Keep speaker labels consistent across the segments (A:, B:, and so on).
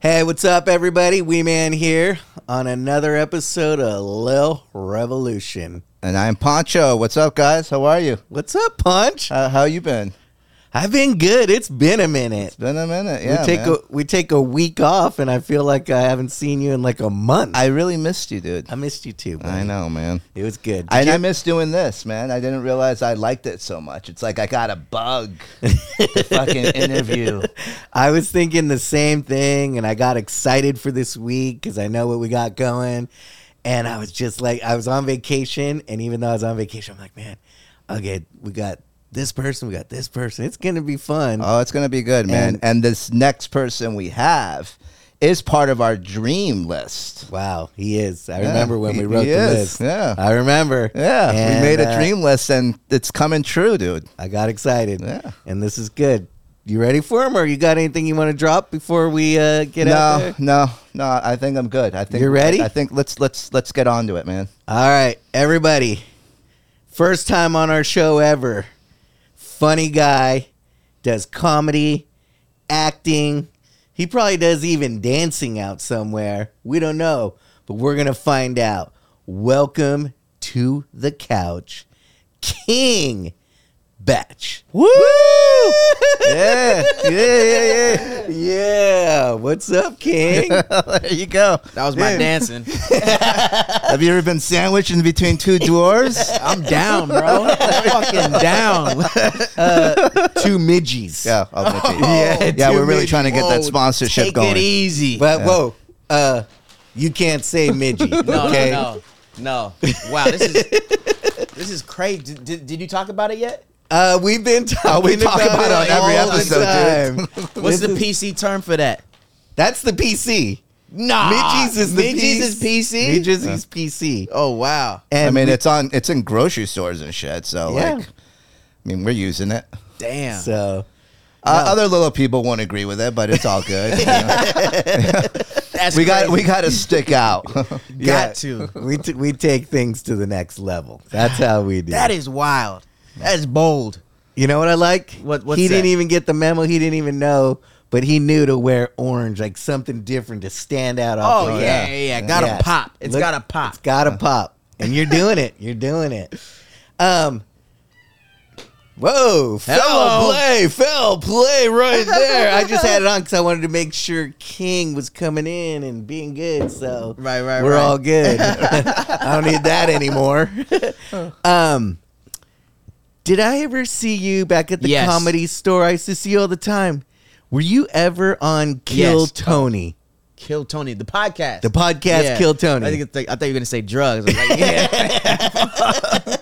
A: Hey, what's up, everybody? Wee Man here on another episode of Lil Revolution.
B: And I'm Pancho. What's up, guys? How are you?
A: What's up, Punch?
B: How, how you been?
A: I've been good. It's been a minute.
B: It's been a minute. Yeah,
A: we take
B: man.
A: a we take a week off, and I feel like I haven't seen you in like a month. I,
B: I really missed you, dude.
A: missed you too. Buddy.
B: I know, man.
A: it was good.
B: I,
A: Did
B: and I
A: you-
B: miss doing this, man. I didn't realize I liked it so much. It's like I got a bug. the fucking interview.
A: I was thinking the same thing, and I got excited for this week because I know what we got going. And I was just like, I was on vacation, and even though I was on vacation, I'm like, man, okay, we got this person, we got this person. It's gonna be fun.
B: Oh, it's gonna be good, man.
A: And-
B: And, this next person we have is part of our dream list.
A: Wow, he is. I remember when
B: he-
A: we wrote
B: he
A: the list.
B: is, yeah.
A: I remember.
B: Yeah,
A: And,
B: we made a
A: uh,
B: dream list, and it's coming true, dude.
A: I got excited.
B: Yeah.
A: and this is good. You ready for him, or you got anything you want to drop before we uh, get out
B: No,
A: there?
B: no, no. I think I'm good. I think
A: You're ready?
B: I, I think let's let's let's get on to it, man.
A: All right, everybody. First time on our show ever. Funny guy, does comedy, acting. He probably does even dancing out somewhere. We don't know, but we're going to find out. Welcome to the couch, King Batch. Woo!
B: Yeah, yeah, yeah, yeah.
A: yeah. What's up, King?
B: there you go.
C: That was my
B: Yeah.
C: dancing.
B: Have you ever been sandwiched in between two dwarves?
C: I'm down, bro. I'm fucking down.
A: Uh, Two midgies.
B: yeah, I'll admit to you.
A: Yeah,
B: yeah.
A: dude,
B: We're really trying to get that
C: whoa,
B: sponsorship
C: Take
B: going.
C: it easy.
A: But whoa, uh, you can't say midgie.
C: no,
A: okay.
C: no, no, no. Wow, this is this is crazy. Did, did, did you talk about it yet?
A: Uh, we've been talking
B: Oh, we talk
A: about,
B: about
A: it
B: it on every
A: all the
B: episode, dude.
A: time.
C: What's
A: This
C: the
A: is-
C: PC term for that?
A: That's the PC.
C: Nah,
A: midgies is the
C: Ah, midgies
A: piece.
C: is PC.
A: Midgies is PC.
C: Oh wow,
A: And
B: I mean,
A: we-
B: it's on. It's in grocery stores and shit. So
A: Yeah.
B: like, I mean, we're using it.
C: damn.
A: so
B: Uh, Other little people won't agree with it, but it's all good. you know.
C: That's
B: We got
C: crazy.
B: we got to stick out.
C: got to.
A: we t- we take things to the next level. That's how we do.
C: That is wild. That is bold.
A: You know what I like?
C: What- what's
A: he didn't
C: that?
A: even get the memo. He didn't even know, but he knew to wear orange, like something different to stand out. off
C: Oh,
A: the
C: yeah,
A: crowd.
C: yeah, yeah. Gotta
A: Yeah.
C: pop. It's
A: Look-
C: gotta pop.
A: It's gotta pop. And you're doing it. You're doing it. Um Whoa, foul
C: Hello.
A: play, foul play right there. I just had it on because I wanted to make sure King was coming in and being good. So
C: Right, right,
A: we're
C: right.
A: all good. I don't need that anymore. um, did I ever see you back at the
C: Yes.
A: comedy store? I used to see you all the time. Were you ever on Kill
C: Yes.
A: Tony,
C: Kill Tony, the podcast.
A: the podcast
C: Yeah.
A: Kill Tony?
C: I, think it's like, I thought you were gonna say drugs. I was like, yeah.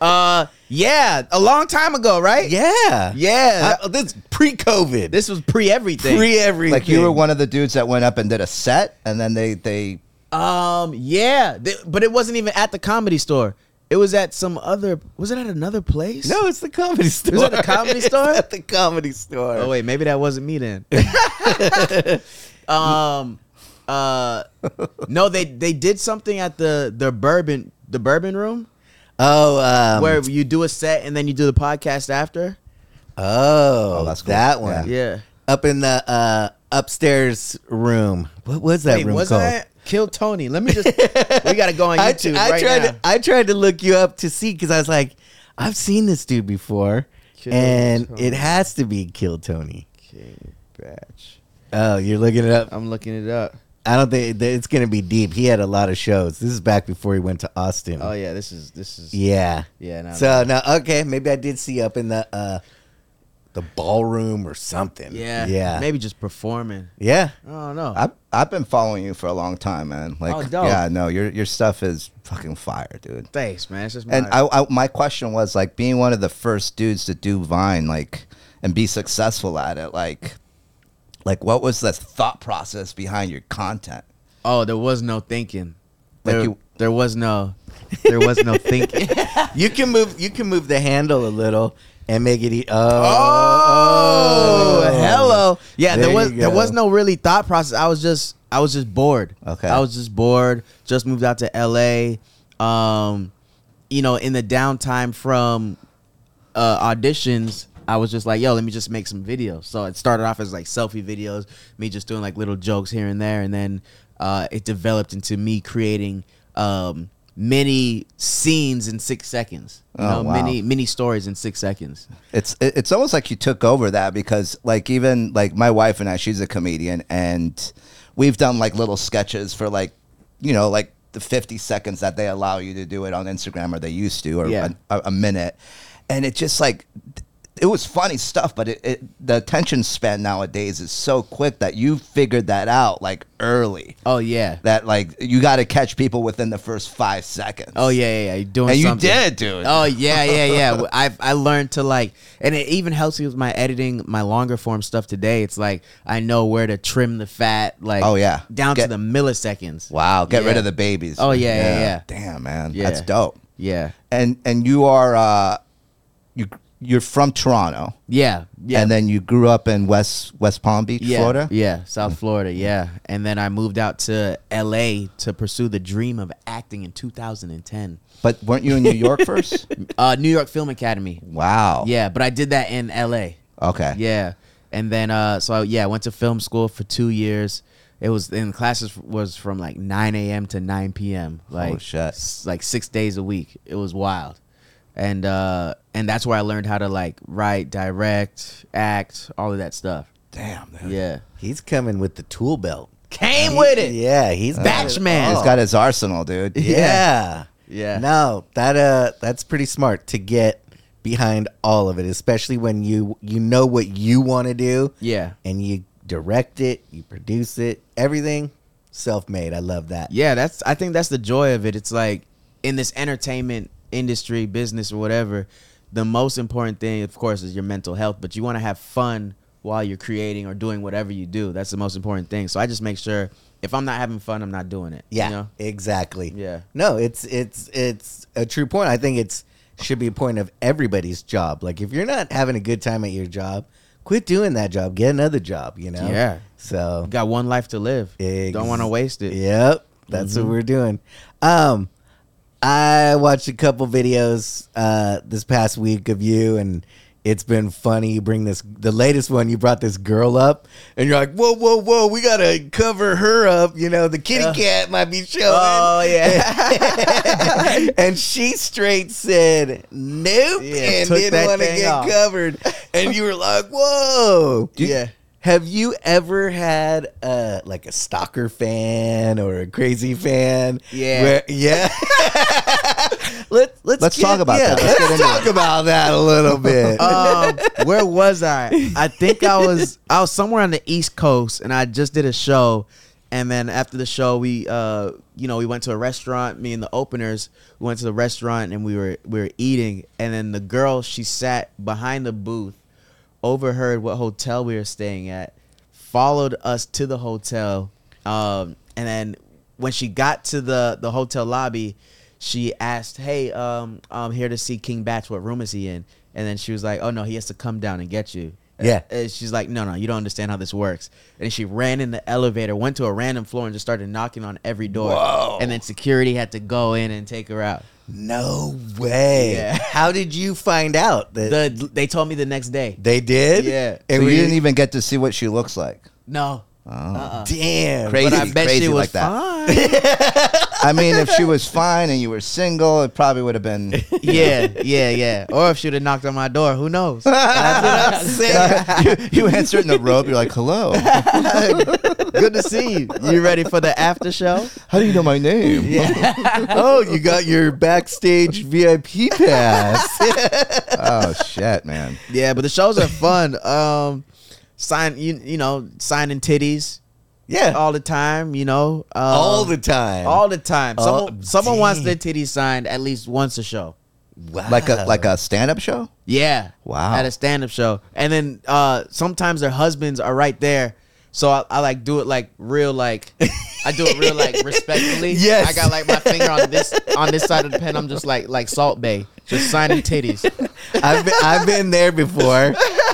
C: uh, yeah, a long time ago, right?
A: yeah,
C: yeah.
A: I- Uh, this pre-COVID.
C: this was pre everything.
A: pre everything.
B: Like you were one of the dudes that went up and did a set, and then they they
C: um, yeah, Th- but it wasn't even at the comedy store. It was at some other. Was it at another place?
A: No, it's the comedy store.
C: at the comedy
A: It's
C: store?
A: at the comedy store.
C: Oh wait, maybe that wasn't me then. um, uh, no, they they did something at the the bourbon the bourbon room
A: Oh, um,
C: where you do a set and then you do the podcast after.
A: Oh,
B: Oh, that's cool.
A: that one.
C: Yeah.
A: Up in the uh, upstairs room. What was that
C: Wait,
A: room
C: was
A: called?
C: I Kill Tony? Let me just. we gotta go on
A: I,
C: YouTube
A: I
C: right
A: tried.
C: now.
A: To, I tried to look you up to see because I was like, I've seen this dude before,
C: Kill
A: and
C: Tony.
A: it has to be Kill Tony.
C: King Batch.
A: Oh, you're looking it up.
C: I'm looking it up.
A: I don't think that it's gonna be deep. He had a lot of shows. This is back before he went to Austin.
C: Oh yeah, this is this is yeah.
A: yeah.
C: no, no.
A: So no, okay, maybe I did see up in the uh the ballroom or something.
C: yeah,
A: yeah,
C: Maybe just performing.
A: yeah.
C: I don't know.
B: I've, I've been following you for a long time, man. Like,
C: Oh, dope.
B: yeah, no, your your stuff is fucking fire, dude.
C: Thanks, man. It's just my,
B: And I, I, my question was like, being one of the first dudes to do Vine, like, and be successful at it, like, like what was the thought process behind your content?
C: oh, there was no thinking.
B: Like
C: There,
B: you-
C: there was no, there was no thinking.
A: You can move. You can move the handle a little and make it. E-
C: Oh,
A: oh,
C: hello. Yeah, there,
A: There
C: was
A: you
C: there
A: go.
C: was no really thought process. I was just I was just bored.
B: Okay.
C: I was just bored. Just moved out to L.A. Um, you know, in the downtime from uh, auditions, I was just like, yo, let me just make some videos. So it started off as like selfie videos, me just doing like little jokes here and there, and then uh, it developed into me creating um, many scenes in six seconds. You
B: Oh,
C: know,
B: wow.
C: many many stories in six seconds.
B: It's it- it's almost like you took over that because like even like my wife and I, she's a comedian, and we've done like little sketches for like you know like the fifty seconds that they allow you to do it on Instagram or they used to or
C: Yeah.
B: a, a minute, and it just like it was funny stuff, but it, it the attention span nowadays is so quick that you figured that out like early
C: Oh yeah.
B: that like you got to catch people within the first five seconds.
C: Oh yeah, yeah, yeah. You're doing
B: and you
C: something.
B: did, dude.
C: Oh yeah, yeah, yeah. I I learned to like, and it even helps me with my editing, my longer form stuff today. It's like I know where to trim the fat, like
B: Oh, yeah.
C: down
B: Get-
C: to the milliseconds.
B: Wow, get rid
C: Yeah.
B: of the babies.
C: Oh, yeah, yeah, yeah.
B: Damn, man,
C: Yeah.
B: that's dope.
C: Yeah,
B: And and you are uh, you you're from Toronto,
C: yeah, yeah.
B: and then you grew up in West West Palm Beach,
C: yeah,
B: Florida. Mm.
C: yeah, South Florida, yeah. And then I moved out to L.A. to pursue the dream of acting in 2010.
B: But weren't you in New York first?
C: Uh, New York Film Academy.
B: wow.
C: Yeah, but I did that in L.A.
B: Okay.
C: Yeah, and then uh, so I, yeah, I went to film school for two years. It was in classes was from like 9 a.m. to 9 p.m. Like
B: shit.
C: s- like six days a week. It was wild, and uh, and that's where I learned how to like write, direct, act, all of that stuff.
B: Damn. Dude.
C: Yeah,
A: He's coming with the tool belt.
C: came
A: He-
C: with it.
A: Yeah,
C: Yeah,
A: he's got
C: Batch
A: it
C: man.
A: all.
B: He's got his arsenal, dude.
A: Yeah.
C: Yeah.
A: No, that uh that's pretty smart to get behind all of it, especially when you you know what you want to do
C: yeah,
A: and you direct it, you produce it, everything self-made. I love that.
C: That's I think that's the joy of it. It's like in this entertainment industry, business or whatever. The most important thing, of course, is your mental health. But you want to have fun while you're creating or doing whatever you do. That's the most important thing. So I just make sure if I'm not having fun, I'm not doing it. you
A: Yeah,
C: know?
A: exactly.
C: Yeah.
A: No, it's it's it's a true point. I think it's should be a point of everybody's job. Like if you're not having a good time at your job, quit doing that job. Get another job. You know.
C: Yeah.
A: So
C: You got one life to live. Don't want to waste it.
A: Yep, that's
C: Mm-hmm.
A: what we're doing. Um, I watched a couple videos uh, this past week of you, and it's been funny. You bring this, the latest one, you brought this girl up, and you're like, "Whoa, whoa, whoa! We gotta cover her up." You know, the kitty cat might be showing.
C: Oh,
A: yeah, and she straight said, "Nope,"
C: Yeah,
A: and
C: took
A: didn't
C: that
A: want to
C: thing
A: get
C: off.
A: covered. And you were like, "Whoa!"
C: Yeah.
A: Have you ever had uh like a stalker fan or a crazy fan?
C: Yeah.
A: yeah. let's let's
B: Let's
A: get-
B: talk about
A: yeah,
B: that. Let's
A: Let's,
B: get into
A: talk about that a little bit.
C: um, where was I? I think I was I was somewhere on the East Coast, and I just did a show. And then after the show, we uh, you know, we went to a restaurant. Me and the openers we went to the restaurant, and we were we were eating. And then the girl, she sat behind the booth, overheard what hotel we were staying at, followed us to the hotel, um, and then when she got to the the hotel lobby, she asked, "Hey, um, I'm here to see King Batch. What room is he in?" And then she was like, "Oh no, he has to come down and get you."
A: Yeah.
C: And she's like, "No, no, you don't understand how this works." And she ran in the elevator, went to a random floor, and just started knocking on every door.
B: Whoa.
C: And then security had to go in and take her out.
A: no way.
C: Yeah.
A: How did you find out that
C: The they told me the next day.
A: they did?
C: Yeah.
A: And
B: So
A: we
B: you didn't even get to see what she looks like.
C: No.
B: Oh.
C: Uh-uh.
A: Damn.
B: Crazy.
C: But I bet
B: crazy
C: she
B: like
C: was
B: that.
C: fine.
B: I mean, if she was fine and you were single, it probably would have been.
C: yeah, yeah, yeah. Or if she'd have knocked on my door, who knows?
A: That's what I'm saying.
B: you, you answer in the robe. You're like, "Hello,
C: Good to see you. You ready for the after show?
B: how do you know my name?"
A: oh, you got your backstage VIP pass.
B: Oh shit, man.
C: Yeah, but the shows are fun. Um, sign you you know signing titties
A: yeah.
C: all the time. You know um,
A: Uh, All the time.
C: all the time.
A: Oh,
C: Someone someone wants
A: damn.
C: their titties signed at least once a show.
A: wow.
B: Like
C: Uh.
B: a like a stand up show.
C: Yeah.
B: Wow.
C: At a stand up show. And then uh sometimes their husbands are right there. So I, I like do it like real like I do it real like respectfully.
A: Yes.
C: I got like my finger on this on this side of the pen. I'm just like like salt bay. Just signing titties.
A: I've been, I've been there before,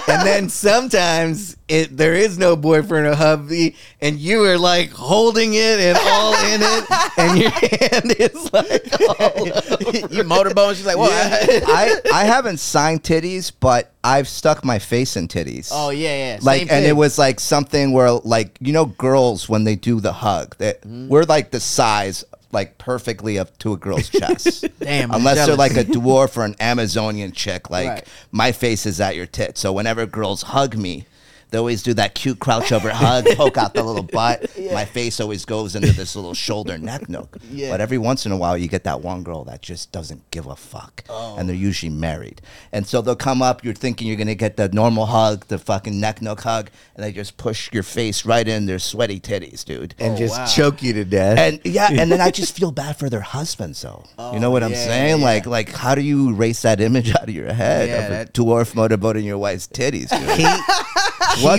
A: and then sometimes it there is no boyfriend or hubby, and you are like holding it and all in it, and your hand is like all over.
C: you motorboat. She's like, what?
A: Yeah.
B: I, I haven't signed titties, but I've stuck my face in titties.
C: Oh yeah, yeah.
B: like
C: Same
B: and
C: thing.
B: it was like something where like you know girls when they do the hug that
C: Mm-hmm.
B: we're like the size like perfectly up to a girl's chest
C: Damn, I'm
B: unless they're
C: jealous.
B: like a dwarf or an amazonian chick like
C: Right.
B: my face is at your tit so whenever girls hug me they always do that cute crouch over hug poke out the little butt my face always goes into this little shoulder neck nook
C: Yeah.
B: but every once in a while you get that one girl that just doesn't give a fuck
C: Oh.
B: and they're usually married and so they'll come up you're thinking you're gonna get the normal hug the fucking neck nook hug and they just push your face right in their sweaty titties dude
C: Oh,
A: and just
C: wow.
A: choke you to death.
B: and yeah, and then I just feel bad for their husbands, though. you know what I'm
C: Oh, yeah,
B: saying?
C: yeah.
B: Like, like how do you erase that image out of your head
C: Yeah,
B: of
C: that-
B: a dwarf motorboating your wife's titties? Dude?
A: he,
B: What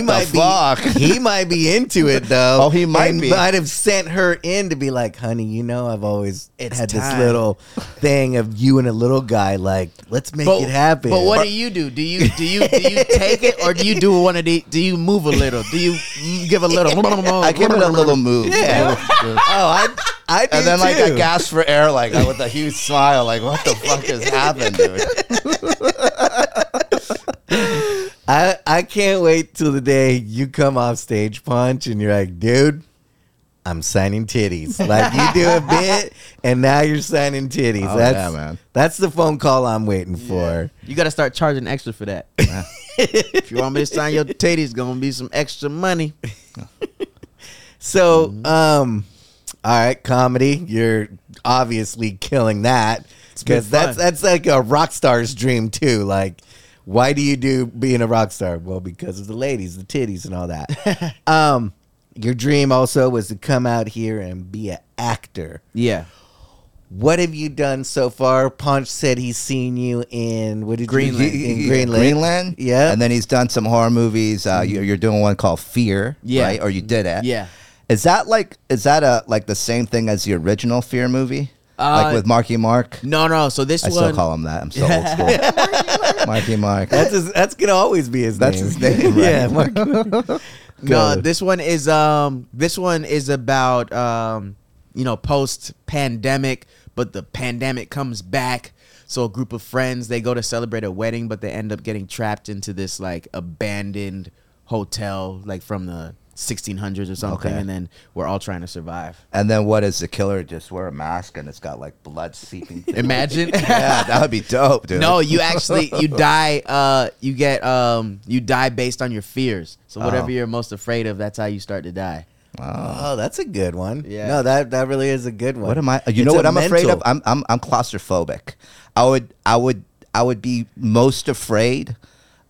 A: he
B: the
A: might
B: fuck?
A: Be, he might be into it though.
B: Oh, he might
A: and
B: be.
A: Might have sent her in to be like, "Honey, you know, I've always had
C: time."
A: this little thing of you and a little guy. Like, let's make it happen."
C: But what do you do? Do you do you do you take it or do you do one of the? Do you move a little? Do you give a little?
B: I give it a little move,
A: Yeah. oh, I, I do
B: and then like I
A: too.
B: gasp for air, like with a huge smile, like what the fuck has happened, dude?
A: I, I can't wait till the day you come off stage punch and you're like, dude, I'm signing titties. Like you do a bit and now you're signing titties.
B: Oh,
A: that's
B: yeah, man.
A: that's the phone call I'm waiting for.
C: You got to start charging extra for that. if you want me to sign your titties, gonna be some extra money.
A: So, um, all right, comedy. You're obviously killing that
C: been
A: because that's
C: fun.
A: that's like a rock star's dream too. Like, why do you do being a rock star? Well, because of the ladies, the titties, and all that. um, your dream also was to come out here and be an actor.
C: Yeah,
A: What have you done so far? Punch said he's seen you in what did
C: Greenland.
A: you in Greenland?
B: Greenland.
A: Yeah.
B: And then he's done some horror movies. Uh, you- you're doing one called Fear,
C: Yeah.
B: right? Or you did it.
C: yeah.
B: Is that like is that a like the same thing as the original Fear movie?
C: Uh,
B: like with Marky Mark?
C: No, no. So this
B: I
C: one,
B: still call him that. I'm so old school. Marky Mark.
A: That's his, that's gonna always be his
B: That's
A: name.
B: his name, right?
A: yeah, Mark-
C: no,
A: Go.
C: this one is um, this one is about um, you know, post pandemic, but the pandemic comes back. So a group of friends they go to celebrate a wedding, but they end up getting trapped into this like abandoned hotel, like from the 1600s or something,
B: Okay.
C: and then we're all trying to survive.
B: and then what is the killer? Just wear a mask and it's got like blood seeping. through.
C: Imagine.
B: yeah, that would be dope, dude.
C: No, you actually you die. Uh, you get um, you die based on your fears. So whatever
B: Oh.
C: you're most afraid of, that's how you start to die.
A: Oh, that's a good one.
C: Yeah.
A: No, that that really is a good one.
B: What am I? You
A: It's
B: know
A: a
B: what I'm afraid of?
A: mental-
B: I'm I'm I'm claustrophobic. I would I would I would be most afraid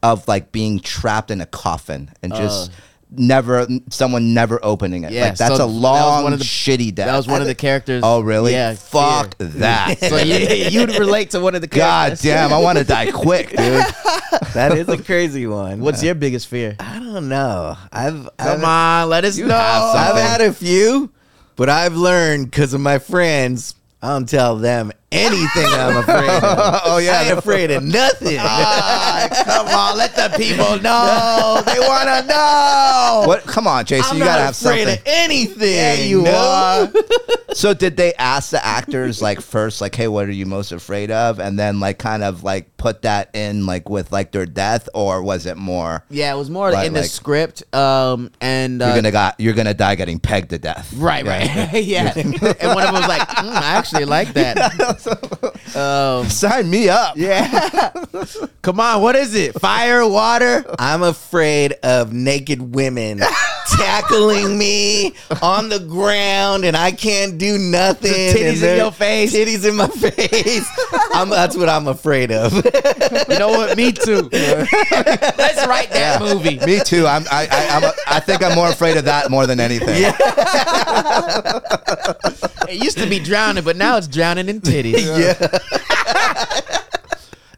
B: of like being trapped in a coffin and just never someone never opening it.
C: Uh. Yeah,
B: like that's
C: so
B: a
C: that was
B: long
C: one of the-
B: shitty death.
C: That was one of the characters.
B: Oh really?
C: Yeah.
B: Fuck
C: fear.
B: that.
C: So you you'd relate to one of the
B: God
C: characters.
B: damn! I want to die quick, dude.
A: that is a crazy one.
C: What's your biggest fear?
A: I don't know. I've I've,
C: Come on, let us know.
B: have some.
A: I've
B: something.
A: had a few, but I've learned because of my friends. I don't tell them anything I'm afraid of.
B: oh
A: I ain't afraid of nothing.
B: come on, let the people
A: no, they want to know.
B: What? Come on, Jason,
A: I'm
B: you
A: not
B: gotta have
A: afraid
B: something.
A: of anything.
B: you
A: no.
B: are. so did they ask the actors like first, like, hey, what are you most afraid of, and then like kind of like put that in like with like their death, or was it more
C: Yeah, it was more
B: Right,
C: in the
B: like-
C: script. Um, and uh,
B: you're gonna got you're gonna die getting pegged to death?
C: right, right, yeah. and one of them was like, mm, I actually like that. Um,
B: Sign me up.
C: yeah. Come on, what is it? Fire, water.
A: I'm afraid of naked women tackling me on the ground and I can't do nothing.
C: Just titties
A: and
C: in
A: they're-
C: your face.
A: Titties in my face. I'm, that's what I'm afraid of.
C: You know what? Me too. Let's write that movie.
B: Me too. I'm. I. I, I'm a, I think I'm more afraid of that more than anything.
C: It used to be drowning, but now it's drowning in titties.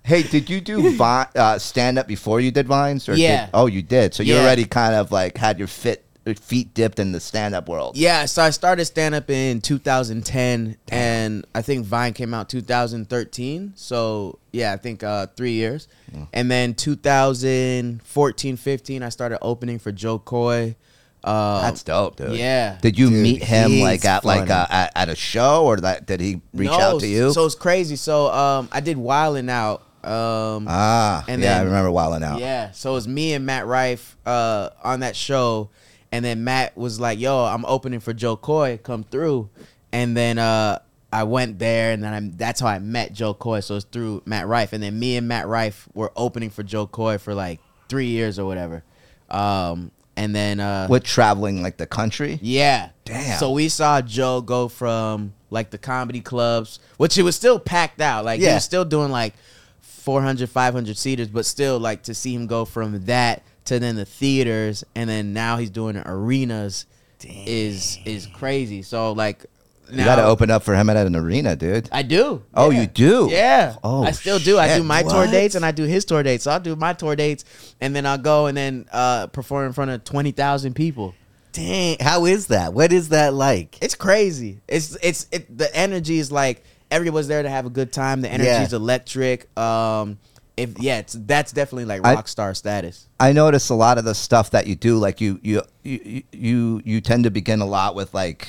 B: Hey, did you do vi- uh, stand up before you did vines? Or
C: Yeah.
B: Did, oh, you did. So you
C: Yeah.
B: already kind of like had your fit feet dipped in the stand up world.
C: Yeah, so I started stand up in 2010, and I think Vine came out 2013. So yeah, I think uh, three years, and then 2014, 15, I started opening for Joe Coy. Uh,
B: That's dope, dude.
C: yeah.
B: Did you
A: Dude,
B: meet him
A: he's
B: like at like
A: funny.
B: uh, at, at a show or that did he reach
C: No,
B: out to you?
C: So it's crazy. So um, I did Wildin' Out. Um,
B: ah,
C: and
B: yeah, I
C: then-
B: remember wilding out.
C: Yeah. So it was me and Matt Rife uh, on that show. And then Matt was like, yo, I'm opening for Joe Coy. Come through. And then uh, I went there. And then I, that's how I met Joe Coy. So it's through Matt Rife. And then me and Matt Rife were opening for Joe Coy for like three years or whatever. Um, and then. Uh,
B: With traveling like the country.
C: yeah.
B: Damn.
C: So we saw Joe go from like the comedy clubs, which it was still packed out. Like he
B: Yeah.
C: was still doing like 400, 500 seaters, but still like to see him go from that to then the theaters and then now he's doing arenas is is crazy. So like now
B: You got to open up for him at an arena, dude.
C: I do.
B: Oh,
C: Yeah.
B: you do?
C: Yeah.
B: Oh,
C: I still do. I
B: shit.
C: do my
B: What?
C: tour dates and I do his tour dates. So I'll do my tour dates and then I'll go and then uh, perform in front of 20,000 people.
A: Dang, how is that? What is that like?
C: It's crazy. It's it's it, the energy is like everyone's there to have a good time. The energy
A: Yeah.
C: is electric. Um, if yeah, it's, that's definitely like
B: I-
C: rock star status.
B: I notice a lot of the stuff that you do, like you you you you, you tend to begin a lot with like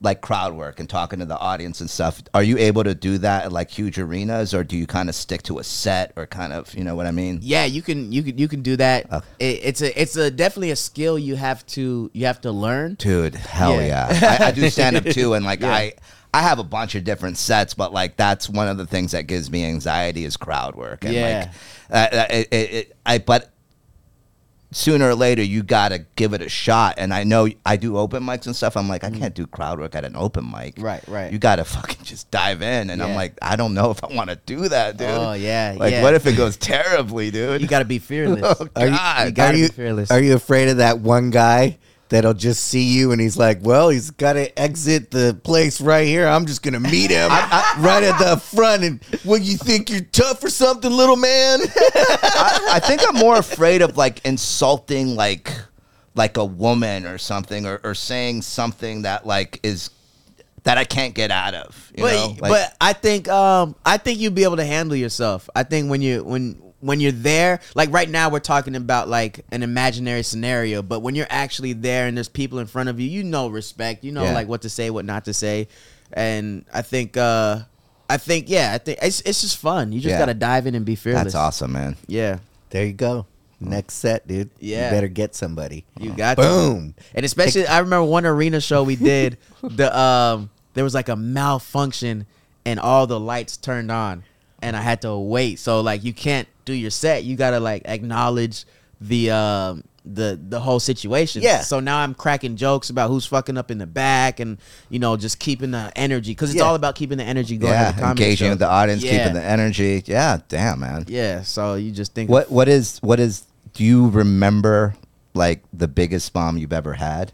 B: like crowd work and talking to the audience and stuff. Are you able to do that at like huge arenas, or do you kind of stick to a set, or kind of you know what I mean?
C: Yeah, you can you can you can do that.
B: Okay.
C: It, it's a it's a definitely a skill you have to you have to learn.
B: Dude, hell yeah!
C: Yeah.
B: I, I do stand up too, and like I I have a bunch of different sets, but like that's one of the things that gives me anxiety is crowd work. And
C: Yeah.
B: like, uh, uh, it, it, it, I but sooner or later you gotta give it a shot. And I know I do open mics and stuff. I'm like, I can't do crowd work at an open mic.
C: Mm. Right, right.
B: You gotta fucking just dive in. And I'm
C: Yeah.
B: like, I don't know if I want to do that, dude.
C: Oh, yeah,
B: Like,
C: yeah.
B: what if it goes terribly, dude?
C: You got to be fearless.
B: Oh,
A: Are you,
B: God.
A: you
C: gotta
A: are
C: be
A: you
C: fearless.
A: Are you afraid of that one guy that'll just see you and he's like, "Well, he's got to exit the place right here. I'm just gonna meet him right at the front." And what you think you're tough or something, little man?
B: I, I think I'm more afraid of like insulting like like a woman or something or, or saying something that like is that I can't get out of. You
C: but,
B: know? Like,
C: but I think um I think you'd be able to handle yourself. I think when you when when you're there, like right now we're talking about like an imaginary scenario, but when you're actually there and there's people in front of you, you know respect, you know
B: Yeah.
C: like what to say, what not to say. And I think uh I think yeah, I think it's it's just fun. You just
B: Yeah.
C: got to dive in and be fearless.
B: that's awesome, man.
C: Yeah.
A: there you go. Next set, dude.
C: Yeah.
A: you better get somebody.
C: You got to.
A: Boom.
C: And especially, I remember one arena show we did. the um, there was like a malfunction, and all the lights turned on, and I had to wait. So like, you can't do your set. You gotta like acknowledge the um, the the whole situation.
A: Yeah.
C: So now I'm cracking jokes about who's fucking up in the back, and you know, just keeping the energy because it's
A: Yeah.
C: all about keeping the energy going. at
B: Yeah,
C: the comedy
B: engaging
C: show.
B: with the audience,
C: Yeah.
B: keeping the energy. Yeah, damn, man.
C: Yeah. So you just think
B: What what is what is? Do you remember like the biggest bomb you've ever had?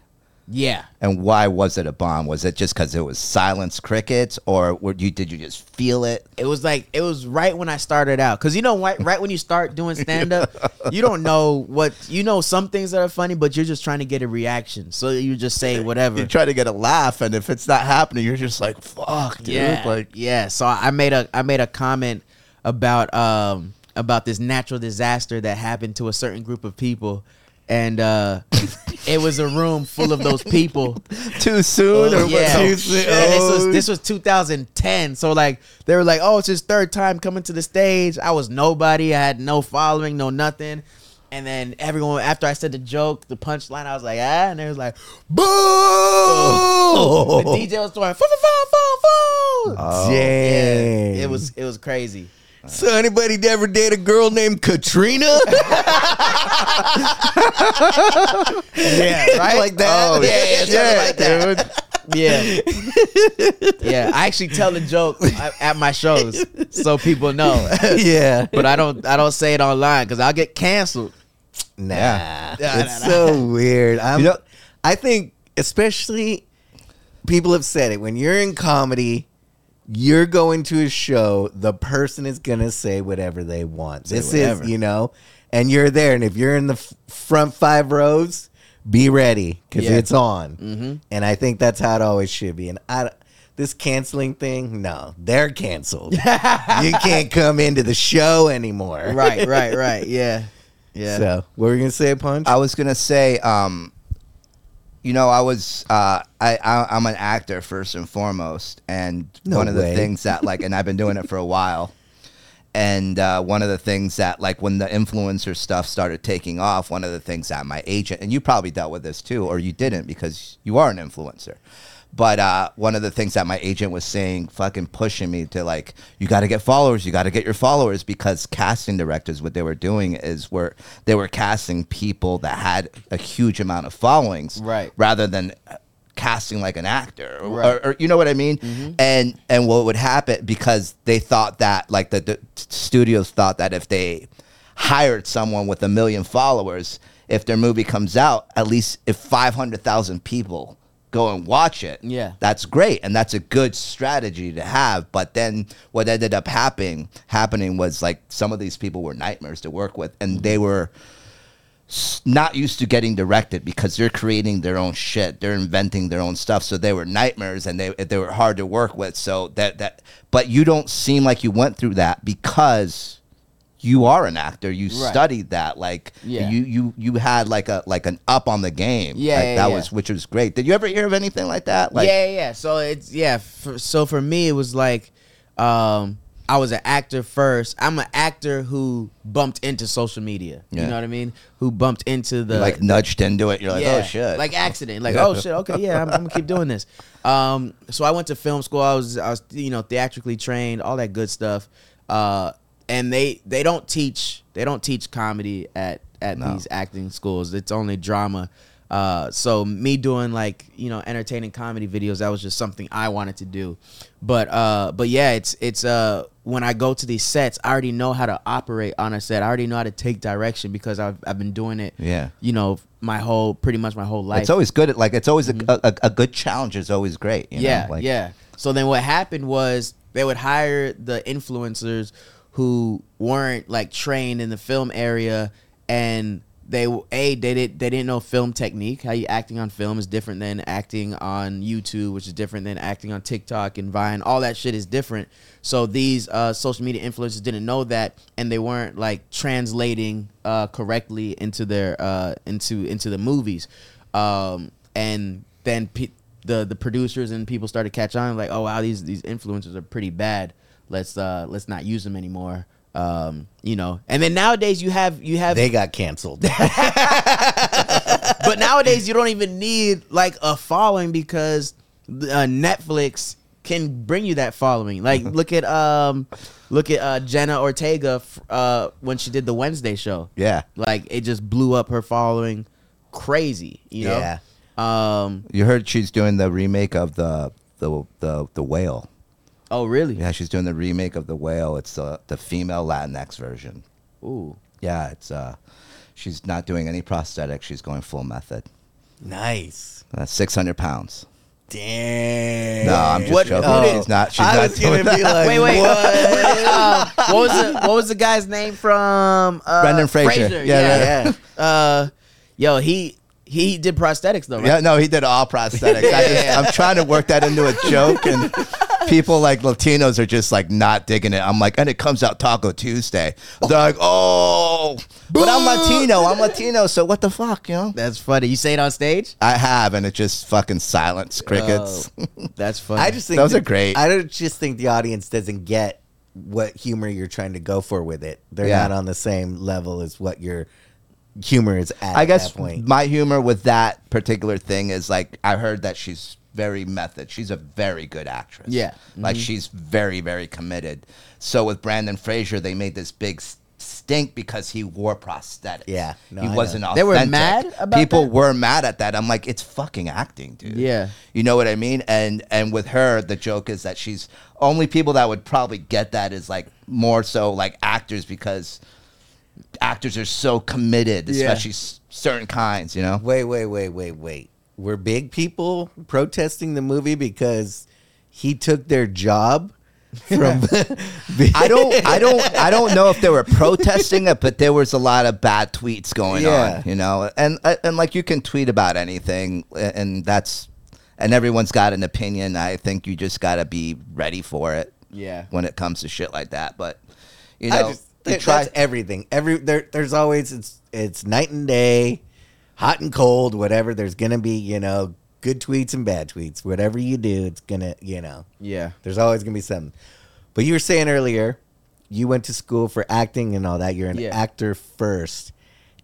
C: Yeah.
B: And why was it a bomb? Was it just because it was silence crickets, or were you did you just feel it?
C: It was like it was right when I started out because you know right, right when you start doing stand up, you don't know what you know some things that are funny, but you're just trying to get a reaction, so you just say
B: you
C: whatever.
B: try to get a laugh, and if it's not happening, you're just like, "Fuck, dude!"
C: yeah,
B: Like,
C: yeah. So I made a I made a comment about um about this natural disaster that happened to a certain group of people, and uh it was a room full of those people.
B: too soon
C: Oh,
B: or
C: yeah.
B: what?
C: Oh,
B: Too
C: shit. This was this was 2010. So like they were like, oh, it's his third time coming to the stage. I was nobody. I had no following, no nothing. And then everyone after I said the joke, the punchline, I was like, ah, and they was like, boo. Oh. The DJ was throwing, foo, foo, foo, foo,
B: Oh.
C: foo.
A: Ah. Dang.
C: Yeah, it was it was crazy.
A: So anybody that ever date a girl named Katrina?
C: Yeah, right?
A: Like that?
B: Oh,
C: yeah,
A: yeah,
C: yeah,
A: like that.
B: dude.
C: Yeah, yeah. I actually tell the joke at at my shows so people know.
A: yeah.
C: but I don't I don't say it online because I'll get canceled.
A: Nah,
B: Yeah.
A: it's so weird. I'm,
B: You know-
A: I think, especially people have said it when you're in comedy, you're going to a show. The person is gonna say whatever they want. this
B: whatever.
A: is, you know, and you're there. And if you're in the f- front five rows, be ready because
C: Yeah.
A: it's on.
C: Mm-hmm.
A: And I think that's how it always should be. And I, this canceling thing, no, they're canceled. you can't come into the show anymore.
C: right, right, right. Yeah, yeah.
A: So, what were you going to say, Punch?
B: I was gonna say, um, you know, I was uh, I, I I'm an actor first and foremost, and
A: No
B: one of
A: way.
B: the things that like, and I've been doing it for a while, and uh, one of the things that like when the influencer stuff started taking off, one of the things that my agent and you probably dealt with this too, or you didn't because you are an influencer. But uh, one of the things that my agent was saying, fucking pushing me to like, you got to get followers, you got to get your followers, because casting directors, what they were doing is were they were casting people that had a huge amount of followings,
C: Right.
B: rather than casting like an actor, or,
C: Right. Mm-hmm.
B: or, you know what I mean. And and what would happen because they thought that like the, the studios thought that if they hired someone with a million followers, if their movie comes out, at least if five hundred thousand people go and watch it,
C: Yeah.
B: that's great and that's a good strategy to have but then what ended up happening happening was like some of these people were nightmares to work with and they were s- not used to getting directed because they're creating their own shit they're inventing their own stuff so they were nightmares and they they were hard to work with so that that but you don't seem like you went through that because you are an actor you
C: Right.
B: studied that like
C: Yeah.
B: you you you had like a like an up on the game
C: Yeah,
B: like,
C: yeah,
B: that
C: yeah.
B: was which was great did you ever hear of anything like that like
C: yeah, yeah. yeah. So it's yeah. For, so for me, it was like um, I was an actor first. I'm an actor who bumped into social media.
B: Yeah.
C: You know what I mean? Who bumped into the
B: like nudged into it. You're like,
C: yeah,
B: oh shit.
C: like accident. Like
B: Yeah.
C: oh shit, okay, yeah, I'm, I'm gonna keep doing this. Um, so I went to film school. I was I was you know theatrically trained, all that good stuff. Uh, and they they don't teach they don't teach comedy at at
B: No.
C: these acting schools. It's only drama. Uh, so me doing like you know entertaining comedy videos that was just something I wanted to do, but uh, but yeah, it's it's uh when I go to these sets, I already know how to operate on a set. I already know how to take direction because I've I've been doing it
B: Yeah.
C: you know, my whole pretty much my whole life.
B: it's always good. Like it's always a, a, a good challenge is always great. you know?
C: Mm-hmm. yeah,
B: Like,
C: yeah. So then what happened was they would hire the influencers who weren't like trained in the film area, and they w- a they did they didn't know film technique. How you acting on film is different than acting on YouTube, which is different than acting on TikTok and Vine. All that shit is different. So these uh, social media influencers didn't know that, and they weren't like translating uh, correctly into their uh, into into the movies. Um, and then pe- the the producers and people started to catch on like oh wow these these influencers are pretty bad let's uh let's not use them anymore um you know and then nowadays you have you have
A: they got canceled.
C: but nowadays you don't even need like a following because uh, Netflix can bring you that following. Like look at um look at uh Jenna Ortega f- uh when she did the Wednesday show.
B: Yeah.
C: Like it just blew up her following crazy, you know.
A: Yeah.
C: Um
B: You heard she's doing the remake of the the the, the whale.
C: oh really?
B: Yeah, she's doing the remake of the whale. It's the the female Latinx version.
C: Ooh.
B: Yeah, it's uh, she's not doing any prosthetics. She's going full method.
A: nice.
B: Uh, Six hundred pounds.
A: Damn. Oh.
B: No, I'm just
C: What-
B: joking.
C: who did-
B: she's not. She's
A: I
B: not
A: was
B: doing
A: gonna
B: that.
A: be like,
C: Wait, wait.
A: what?
C: um, what was the what was the guy's name from uh,
B: Brendan Fraser. Yeah,
C: Yeah,
A: yeah.
C: yeah. Uh, yo, he he did prosthetics though, right?
B: Yeah, no, he did all prosthetics. I just, I'm trying to work that into a joke, and people like Latinos are just like not digging it. I'm like, and it comes out Taco Tuesday. They're like, oh, but I'm Latino. I'm Latino, so what the fuck, you know?
C: That's funny. You say it on stage?
B: I have, and it just fucking silence crickets.
C: Oh, that's funny.
A: I just think
B: Those
A: the-
B: are great.
A: I don't just think the audience doesn't get what humor you're trying to go for with it. They're
B: Yeah.
A: not on the same level as what your humor is at.
B: I guess
A: that point.
B: my humor with that particular thing is like I heard that she's very method. She's a very good actress.
C: Yeah. Mm-hmm.
B: like she's very very committed. So with Brandon Fraser, they made this big s- stink because he wore prosthetics.
A: Yeah. No,
B: he
A: I know.
B: wasn't.
C: They were
B: authentic.
C: mad about
B: people
C: that?
B: were mad at that. I'm like, it's fucking acting, dude.
C: Yeah.
B: you know what I mean. And and with her, the joke is that she's only people that would probably get that is like more so like actors because actors are so committed,
C: Yeah.
B: especially s- certain kinds, you know?
A: Wait, wait, wait, wait, wait. Were big people protesting the movie because he took their job from
B: I don't, I don't, I don't know if they were protesting it, but there was a lot of bad tweets going
A: Yeah.
B: on, you know, and uh, and like you can tweet about anything, and that's, and everyone's got an opinion. I think you just got to be ready for it
A: yeah.
B: when it comes to shit like that. But you
A: I
B: know,
A: just,
B: you
A: that-
B: try-
A: that's everything. Every there, there's always it's it's night and day, hot and cold, whatever. There's gonna be you know good tweets and bad tweets. Whatever you do, it's gonna you know
C: Yeah.
A: there's always gonna be something. But you were saying earlier, you went to school for acting and all that. You're an
C: Yeah.
A: actor first,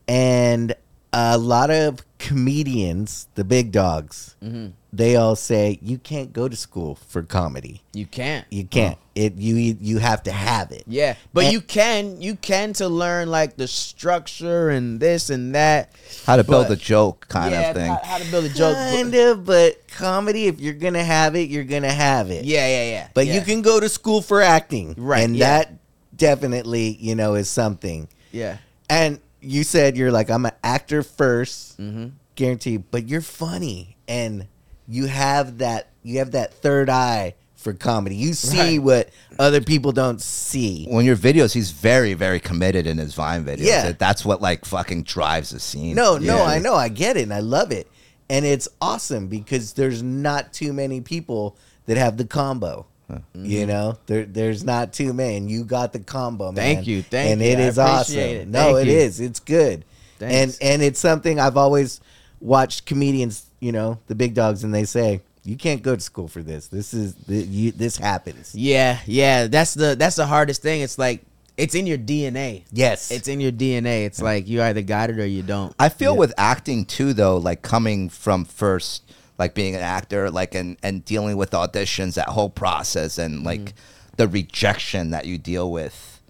A: and a lot of comedians, the big dogs,
C: Mm-hmm.
A: they all say you can't go to school for comedy.
C: You can't.
A: You can't. It you you have to have it.
C: Yeah, but
A: And-
C: you can you can to learn like the structure and this and that
B: how to build
C: but-
B: a joke kind
C: yeah,
B: of thing.
C: How, how to build a joke. but-
A: kind of, but comedy. If you're gonna have it, you're gonna have it.
C: yeah, yeah, yeah.
A: But you
C: yeah,
A: can go to school for acting,
C: Right,
A: And
C: yeah.
A: that definitely, you know, is something.
C: yeah,
A: And you said you're like, I'm an actor 1st
C: Mhm.
A: guaranteed. But you're funny, and you have that. You have that third eye for comedy. You see
C: Right.
A: what other people don't see.
B: when your videos, he's very, very committed in his Vine videos.
A: Yeah.
B: that's what like fucking drives the scene.
A: No, no,
B: Yeah.
A: I know, I get it, and I love it, and it's awesome because there's not too many people that have the combo.
C: Mm-hmm.
A: You know, there there's not too many. and You got the combo, man.
C: Thank you, thank
A: and
C: you,
A: it
C: I
A: is awesome.
C: appreciate it,
A: No, it
C: thank you.
A: is. It's good.
C: Thanks.
A: And and it's something I've always watched comedians. You know, the big dogs, and they say you can't go to school for this. This is th- you, this happens.
C: yeah, yeah. That's the that's the hardest thing. It's like it's in your DNA.
A: Yes,
C: It's in your DNA. It's like you either got it or you don't.
B: I feel with acting too, though, like coming from first, like being an actor, like and and dealing with auditions, that whole process, and like
C: Mm-hmm.
B: the rejection that you deal with,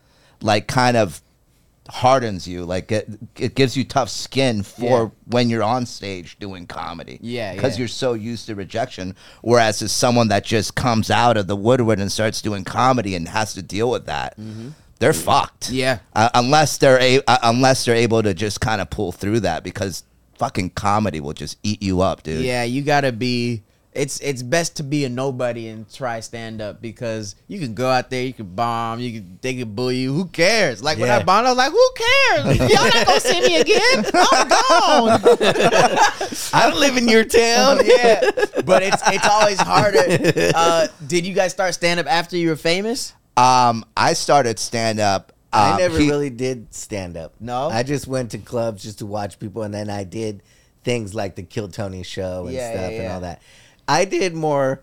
B: like kind of hardens you. Like it, it gives you tough skin for
C: Yeah.
B: when you're on stage doing comedy.
C: Yeah,
B: because
C: yeah.
B: you're so used to rejection. Whereas as someone that just comes out of the woodwork and starts doing comedy and has to deal with that. They're fucked
C: Mm-hmm. Yeah.
B: uh, unless they're a- uh, unless they're able to just kind of pull through that because fucking comedy will just eat you up, dude.
C: Yeah, you gotta be. It's it's best to be a nobody and try stand up because you can go out there, you can bomb, you can they can bully you. Who cares? Like when
A: Yeah.
C: I bombed, I was like, who cares? Y'all not gonna see me again? I'm gone.
A: I don't live in your town.
C: yeah, but it's it's always harder. Uh, did you guys start stand up after you were famous?
B: Um, I started um, stand up.
C: Uh,
A: I never really did stand up.
C: No?
A: I just went to clubs just to watch people, and then I did things like the Kill Tony show and
C: Yeah, yeah,
A: stuff and
C: yeah.
A: all that. I did more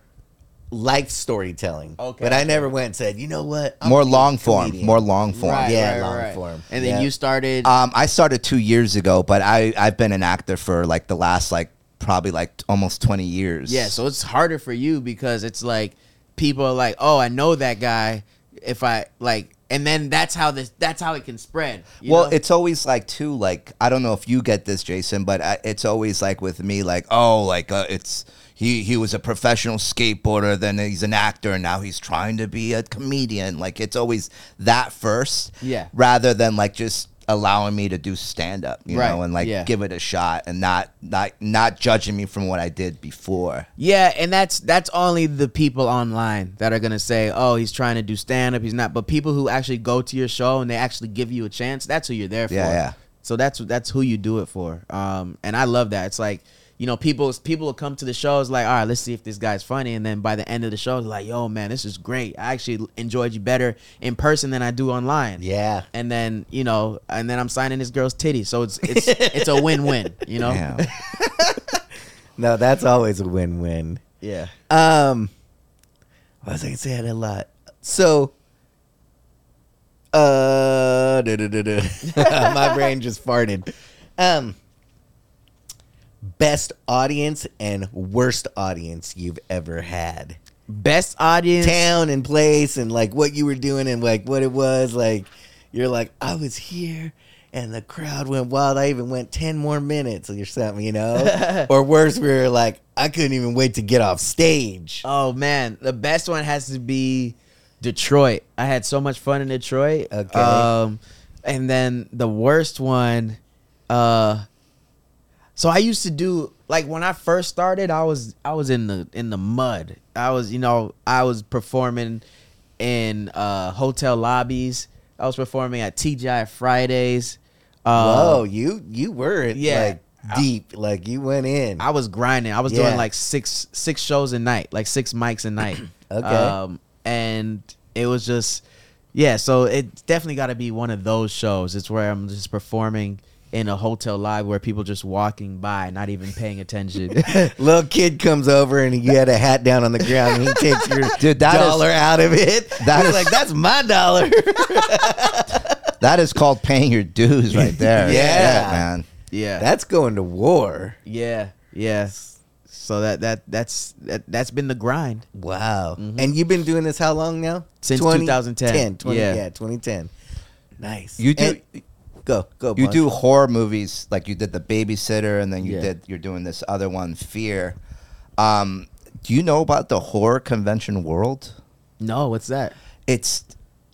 A: life storytelling.
C: Okay,
A: But I
C: okay.
A: never went and said, you know what? I'm
B: more
A: gonna be a
B: long form,
A: comedian."
B: more long form.
C: Right,
A: Yeah,
C: right,
A: long
C: right.
A: form.
C: And then
A: Yeah.
C: you started.
B: Um, I started two years ago, but I I've been an actor for like the last like probably like t- almost twenty years.
C: Yeah, so it's harder for you because it's like people are like, "Oh, I know that guy." If I like, and then that's how this that's how it can spread. you
B: well,
C: know?
B: it's always like too like I don't know if you get this, Jason, but I, it's always like with me like oh like uh, it's he he was a professional skateboarder, then he's an actor, and now he's trying to be a comedian. Like it's always that first,
C: Yeah.
B: rather than like just allowing me to do stand up, you
C: Right,
B: know, and like
C: yeah.
B: give it a shot and not not not judging me from what I did before.
C: yeah, and that's that's only the people online that are gonna say, "Oh, he's trying to do stand up, he's not." But people who actually go to your show and they actually give you a chance, that's who you're there for.
B: Yeah, yeah.
C: So that's that's who you do it for. Um, and I love that. It's like you know, people people will come to the shows like, all right, let's see if this guy's funny, and then by the end of the show, they're like, yo, man, this is great. I actually enjoyed you better in person than I do online.
A: Yeah.
C: And then you know, and then I'm signing this girl's titty, so it's it's it's a win win. You know.
B: Damn.
A: No, that's always a win win.
C: Yeah.
A: Um, what was I going to say? I had a lot. So, uh, duh-duh-duh-duh. my brain just farted. Um, best audience and worst audience you've ever had.
C: Best audience.
A: Town and place and like what you were doing and like what it was. Like, you're like, I was here and the crowd went wild. I even went 10 more minutes or something, you know? or worse, we were like, I couldn't even wait to get off stage.
C: Oh man, the best one has to be Detroit. I had so much fun in Detroit.
A: Okay.
C: Um, and then the worst one, uh, so I used to do like when I first started, I was I was in the in the mud. I was you know I was performing in uh, hotel lobbies. I was performing at TGI Fridays. Uh,
A: Whoa,
B: Um,
A: you you were
C: yeah.
A: like deep, like you went in.
C: I was grinding. I was
A: Yeah.
C: doing like six six shows a night, like six mics a night.
A: Okay.
C: Um, and it was just, yeah. So it definitely got to be one of those shows. It's where I'm just performing in a hotel live where people just walking by, not even paying attention.
A: Little kid comes over and you had a hat down on the ground. and He takes your
B: Dude, that is-
A: dollar out of it.
B: that
A: He's
B: is-
A: like that's my dollar.
B: That is called paying your dues right there.
A: Yeah.
B: man.
C: yeah.
A: that's going to war.
C: yeah. Yeah. So that that that's that, that's been the grind.
A: Wow.
B: Mm-hmm.
A: And you've been doing this how long now?
C: Since 2010.
A: 20, yeah.
C: Yeah.
A: 2010. Nice.
B: You do-
A: And- go go.
B: You
A: Bon.
B: do horror movies like you did The Babysitter and then you
C: Yeah.
B: did you're doing this other one Fear. Um, do you know about the horror convention world?
C: No, what's that?
B: It's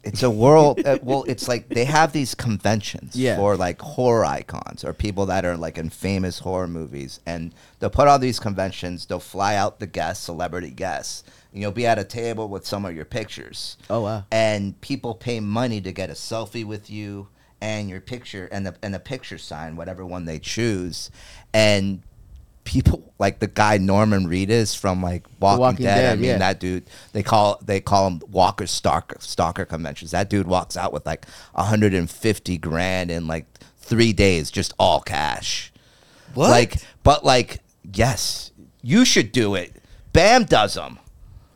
B: it's a world uh, well it's like they have these conventions
C: Yeah.
B: for like horror icons or people that are like in famous horror movies and they'll put all these conventions they'll fly out the guests celebrity guests and you'll be at a table with some of your pictures
C: Oh wow.
B: and people pay money to get a selfie with you and your picture and the and a picture sign, whatever one they choose, and people like the guy Norman Reedus from like Walking,
C: Walking
B: Dead. I
C: Dead,
B: mean
C: yeah.
B: that dude. They call they call him Walker Stalker Stalker conventions. That dude walks out with like 150 grand in like three days, just all cash.
A: What?
B: Like, but like, yes, you should do it. Bam does them.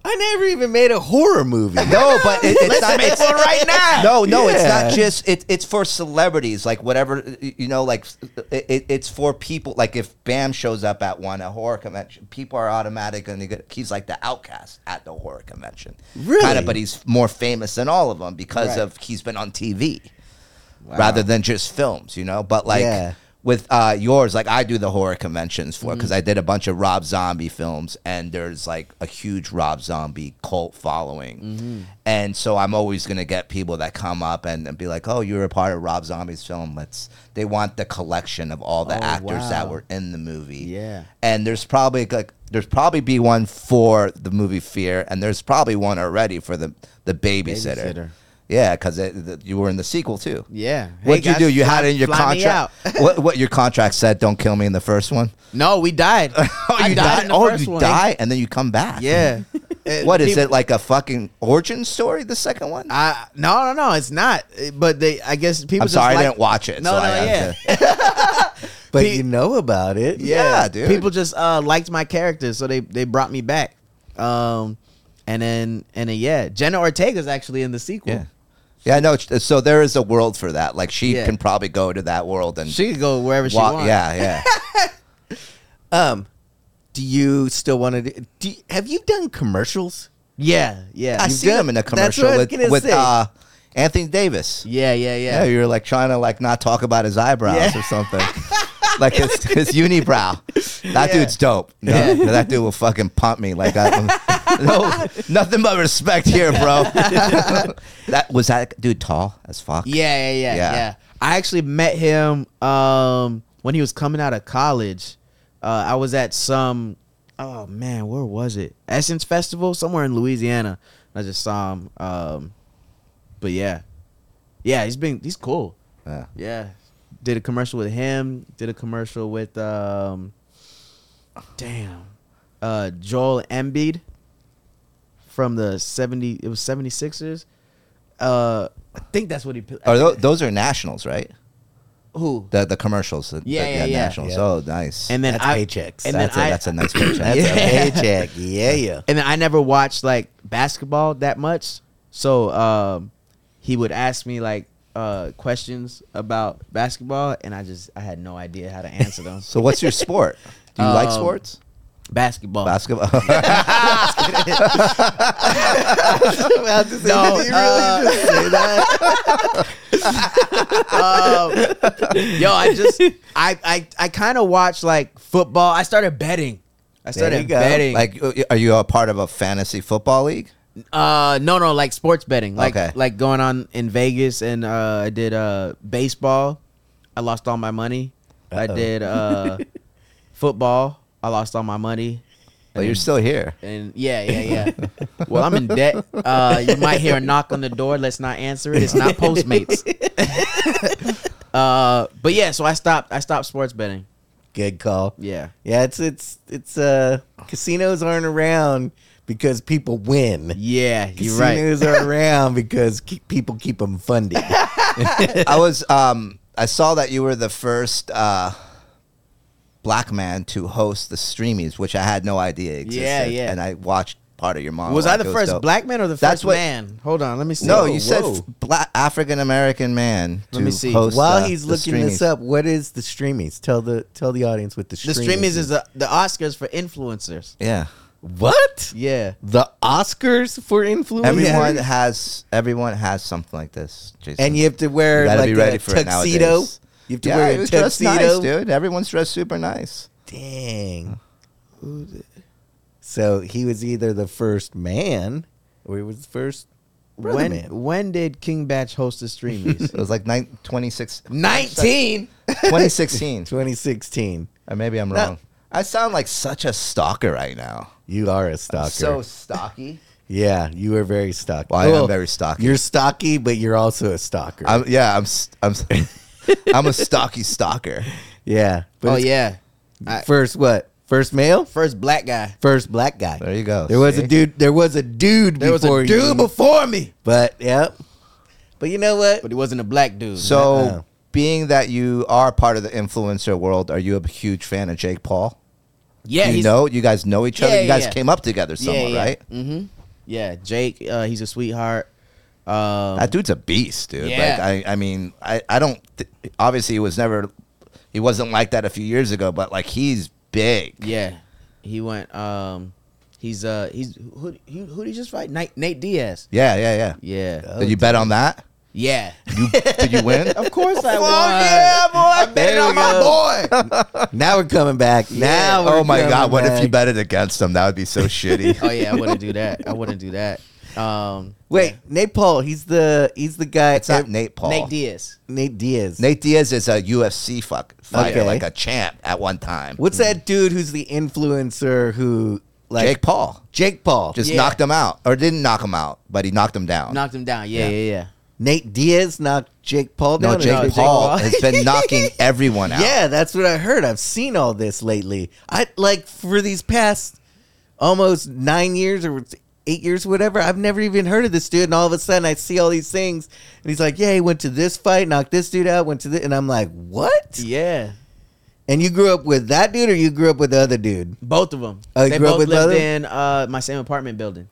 A: I never even made a horror movie.
B: No, but it, it's not. It's,
A: one right now.
B: No, no, it's not
A: Yeah.
B: just. It, it's for celebrities, like whatever you know, like it, it, it's for people. Like if Bam shows up at one a horror convention, people are automatic and they get, he's like the outcast at the horror convention.
A: Really?
B: Kinda, but he's more famous than all of them because
A: Right.
B: of he's been on TV rather than just films, you know. But like
A: Yeah.
B: with uh, yours, like I do the horror conventions for
C: Mm-hmm.
B: because I did a bunch of Rob Zombie films, and there's like a huge Rob Zombie cult following,
C: Mm-hmm.
B: and so I'm always gonna get people that come up and, and be like, "Oh, you were a part of Rob Zombie's film." Let's they want the collection of all the
C: Oh,
B: actors that
C: wow.
B: were in the movie,
C: Yeah.
B: and there's probably like there's probably be one for the movie Fear, and there's probably one already for the the babysitter.
C: Babysitter.
B: Yeah, because you were in the sequel too.
C: Yeah.
B: What'd
C: Hey,
B: you do?
C: guys,
B: You
C: fly-
B: had it in your
C: fly me
B: contract.
C: out.
B: what what your contract said? Don't kill me in the first one.
C: No, we died. oh, I
B: you
C: died. In the
B: oh,
C: first
B: you
C: one.
B: die, and then you come back.
C: Yeah.
B: What is
C: People-
B: it like a fucking origin story? The second one. I,
C: I no no no, it's not. Uh, But they, I guess people.
B: am
C: just
B: sorry,
C: like,
B: I didn't watch it.
C: No,
B: so
C: no,
B: I have
C: yeah.
B: to-
A: But
C: Pe-
A: you know about it.
B: yeah, dude.
C: People just uh, liked my character, so they they brought me back. Um, and then and then yeah, Jenna Ortega's actually in the sequel.
B: yeah, yeah. No, so there is a world for that. Like she
C: Yeah.
B: can probably go to that world and
C: She could go wherever she
B: wa-
C: wants.
B: Yeah, yeah.
A: Um, do you still want to? Do, do you- have you done commercials?
C: yeah, yeah,
B: I
A: You
B: see him
A: did-
B: in a
A: that's what
B: commercial
A: I was
B: with
A: gonna
B: with
A: say.
B: uh, Anthony Davis.
C: yeah, yeah, yeah.
B: Yeah, you were like trying to like not talk about his eyebrows
C: Yeah.
B: or something. like his, his unibrow. That
C: Yeah.
B: dude's dope. No,
C: Yeah.
B: no, that dude will fucking pump me. Like I, no, nothing but respect here, bro. that was that dude tall as fuck.
C: Yeah, yeah, yeah,
B: Yeah.
C: yeah, I actually met him um, when he was coming out of college. Uh, I was at some, oh man, where was it? Essence Festival, somewhere in Louisiana. I just saw him. Um, but yeah, yeah, he's been he's cool.
B: Yeah.
C: Yeah, did a commercial with him. Did a commercial with um, damn, uh, Joel Embiid from the seventy. It was 76ers. Uh, I think that's what he.
B: Or tho- those are nationals, right?
C: Who?
B: The the commercials. the-
C: Yeah,
B: the-
C: yeah, yeah.
B: Nationals.
A: Yeah.
B: Oh, nice.
C: And then
A: That's
C: I,
A: paychecks.
C: And
B: that's
C: then
B: a,
C: I,
B: that's a nice picture.
A: That's
C: Yeah.
A: a paycheck. Yeah, yeah.
C: and then I never watched like basketball that much, so um, he would ask me like uh, questions about basketball, and I just I had no idea how to answer them.
B: So what's your sport? Do you like
C: Um, oh.
B: sports?
C: basketball.
B: Basketball.
C: No, uh, Um, yo, I just I I, I kind of watch like football. I started betting. I
A: you
C: started
A: go.
C: betting.
B: like, uh, are you a part of a fantasy football league?
C: uh, no, no, like sports betting. Like
B: Okay.
C: like going on in Vegas, and uh, I did uh baseball. I lost all my money. I
A: Uh-oh.
C: did uh football. I lost all my money.
B: But you're still here.
C: And yeah, yeah, yeah. well, I'm in debt. Uh, you might hear a knock on the door. Let's not answer it. It's not Postmates. uh, but yeah, so I stopped. I stopped sports betting.
A: Good call.
C: Yeah,
A: Yeah, it's it's it's uh casinos aren't around because people win.
C: yeah, you're right.
A: Casinos are around because keep, people keep them funded.
B: I was um I saw that you were the first uh black man to host the streamies, which I had no idea existed.
C: Yeah, yeah.
B: And I watched part of your mom.
C: Was I the first
B: Oh, dope.
C: black man or the
B: That's
C: first
B: what-
C: man? Hold on, let me see.
B: No,
A: Oh,
B: you said
A: whoa.
B: f- black African American man to
C: Let me see.
B: host
A: While
B: uh,
A: he's
B: the
A: looking this
B: streamies.
A: up, what is the streamies? Tell the tell the audience what the
C: the
A: streamies.
C: streamers is the, the Oscars for influencers.
B: Yeah.
A: what
C: Yeah.
A: the Oscars for
C: Oh,
A: influencers.
B: Everyone has everyone has something like this, Jason.
A: and you have to wear
B: You gotta
A: like
B: be
A: a
B: ready for it
A: tuxedo.
B: nowadays.
A: You have to
B: yeah,
A: wear
B: he
A: a
B: was dressed
A: tuxedo.
B: nice, dude. Everyone's dressed super nice.
A: Dang. So he was either the first man or he was the first brother
C: When
A: man.
C: when did King Batch host the streamers?
B: It was like nine, 26,
A: 19
B: 2016.
A: 2016.
B: or Uh, maybe I'm wrong. I sound like such a stalker right now.
A: You are a stalker.
B: So stocky.
A: yeah, you are very stocky.
B: Well, I am very stocky.
A: You're stocky, but you're also a stalker.
B: I'm, yeah, I'm. s- I'm. s- I'm a stocky stalker.
A: yeah. But
C: oh
A: it's
C: yeah, I-
A: First what? First male?
C: first black guy.
A: First black guy.
B: There you go.
A: There was
B: see?
A: a dude. There was a dude.
C: There was a
A: before
C: dude
A: you,
C: before me,
A: But yep. But you know what?
C: but he wasn't a black dude.
B: So,
A: Uh-uh.
B: being that you are part of the influencer world, are you a huge fan of Jake Paul?
C: yeah,
B: you
C: he's-
B: know, you guys know each other.
C: Yeah,
B: you guys
C: yeah.
B: came up together somewhere, right?
C: Mm-hmm. Yeah, Jake, uh, he's a sweetheart. Um,
B: That dude's a beast, dude.
C: Yeah.
B: Like, I, I mean, I, I don't. Th- obviously, he was never. He wasn't like that a few years ago, but like he's big.
C: yeah, he went. Um, he's uh, he's who he, who did he just fight? Nate, Nate Diaz.
B: Yeah, yeah, yeah.
C: Yeah,
A: Oh,
B: Did you bet on that?
C: yeah.
B: You, did you win?
C: Of course I
B: Fuck
C: won.
B: yeah, boy! I bet
A: There
B: it
A: we
B: on
A: go.
B: my boy.
A: Now we're coming back. Now we're
B: oh my
A: coming
B: god, what if you
A: back.
B: bet it against them? That would be so shitty.
C: Oh yeah, I wouldn't do that. I wouldn't do that. Um,
A: Wait, Nate Paul. He's the he's the guy.
B: It's not Nate Paul.
C: Nate Diaz.
A: Nate Diaz.
B: Nate Diaz is a UFC fuck fighter,
A: Okay.
B: like a champ at one time.
A: What's that dude who's the influencer who like
B: Jake Paul
A: Jake Paul?
B: just
C: Yeah.
B: knocked him out, or didn't knock him out, but he knocked him down.
C: Knocked him down. Yeah,
B: Yeah.
C: yeah, yeah.
A: Nate Diaz knocked Jake Paul down.
B: no,
A: or
B: Jake
A: not?
B: Paul has been knocking everyone out.
A: yeah, that's what I heard. I've seen all this lately. I like for these past almost nine years or eight years, whatever. I've never even heard of this dude, and all of a sudden I see all these things, and he's like, "Yeah, he went to this fight, knocked this dude out, went to this," and I'm like, "What?"
C: Yeah.
A: And you grew up with that dude, or you grew up with the other dude,
C: Both of them.
A: Oh, you
C: they
A: grew up
C: both
A: with
C: lived
A: both of 'em?
C: in uh, my same apartment building.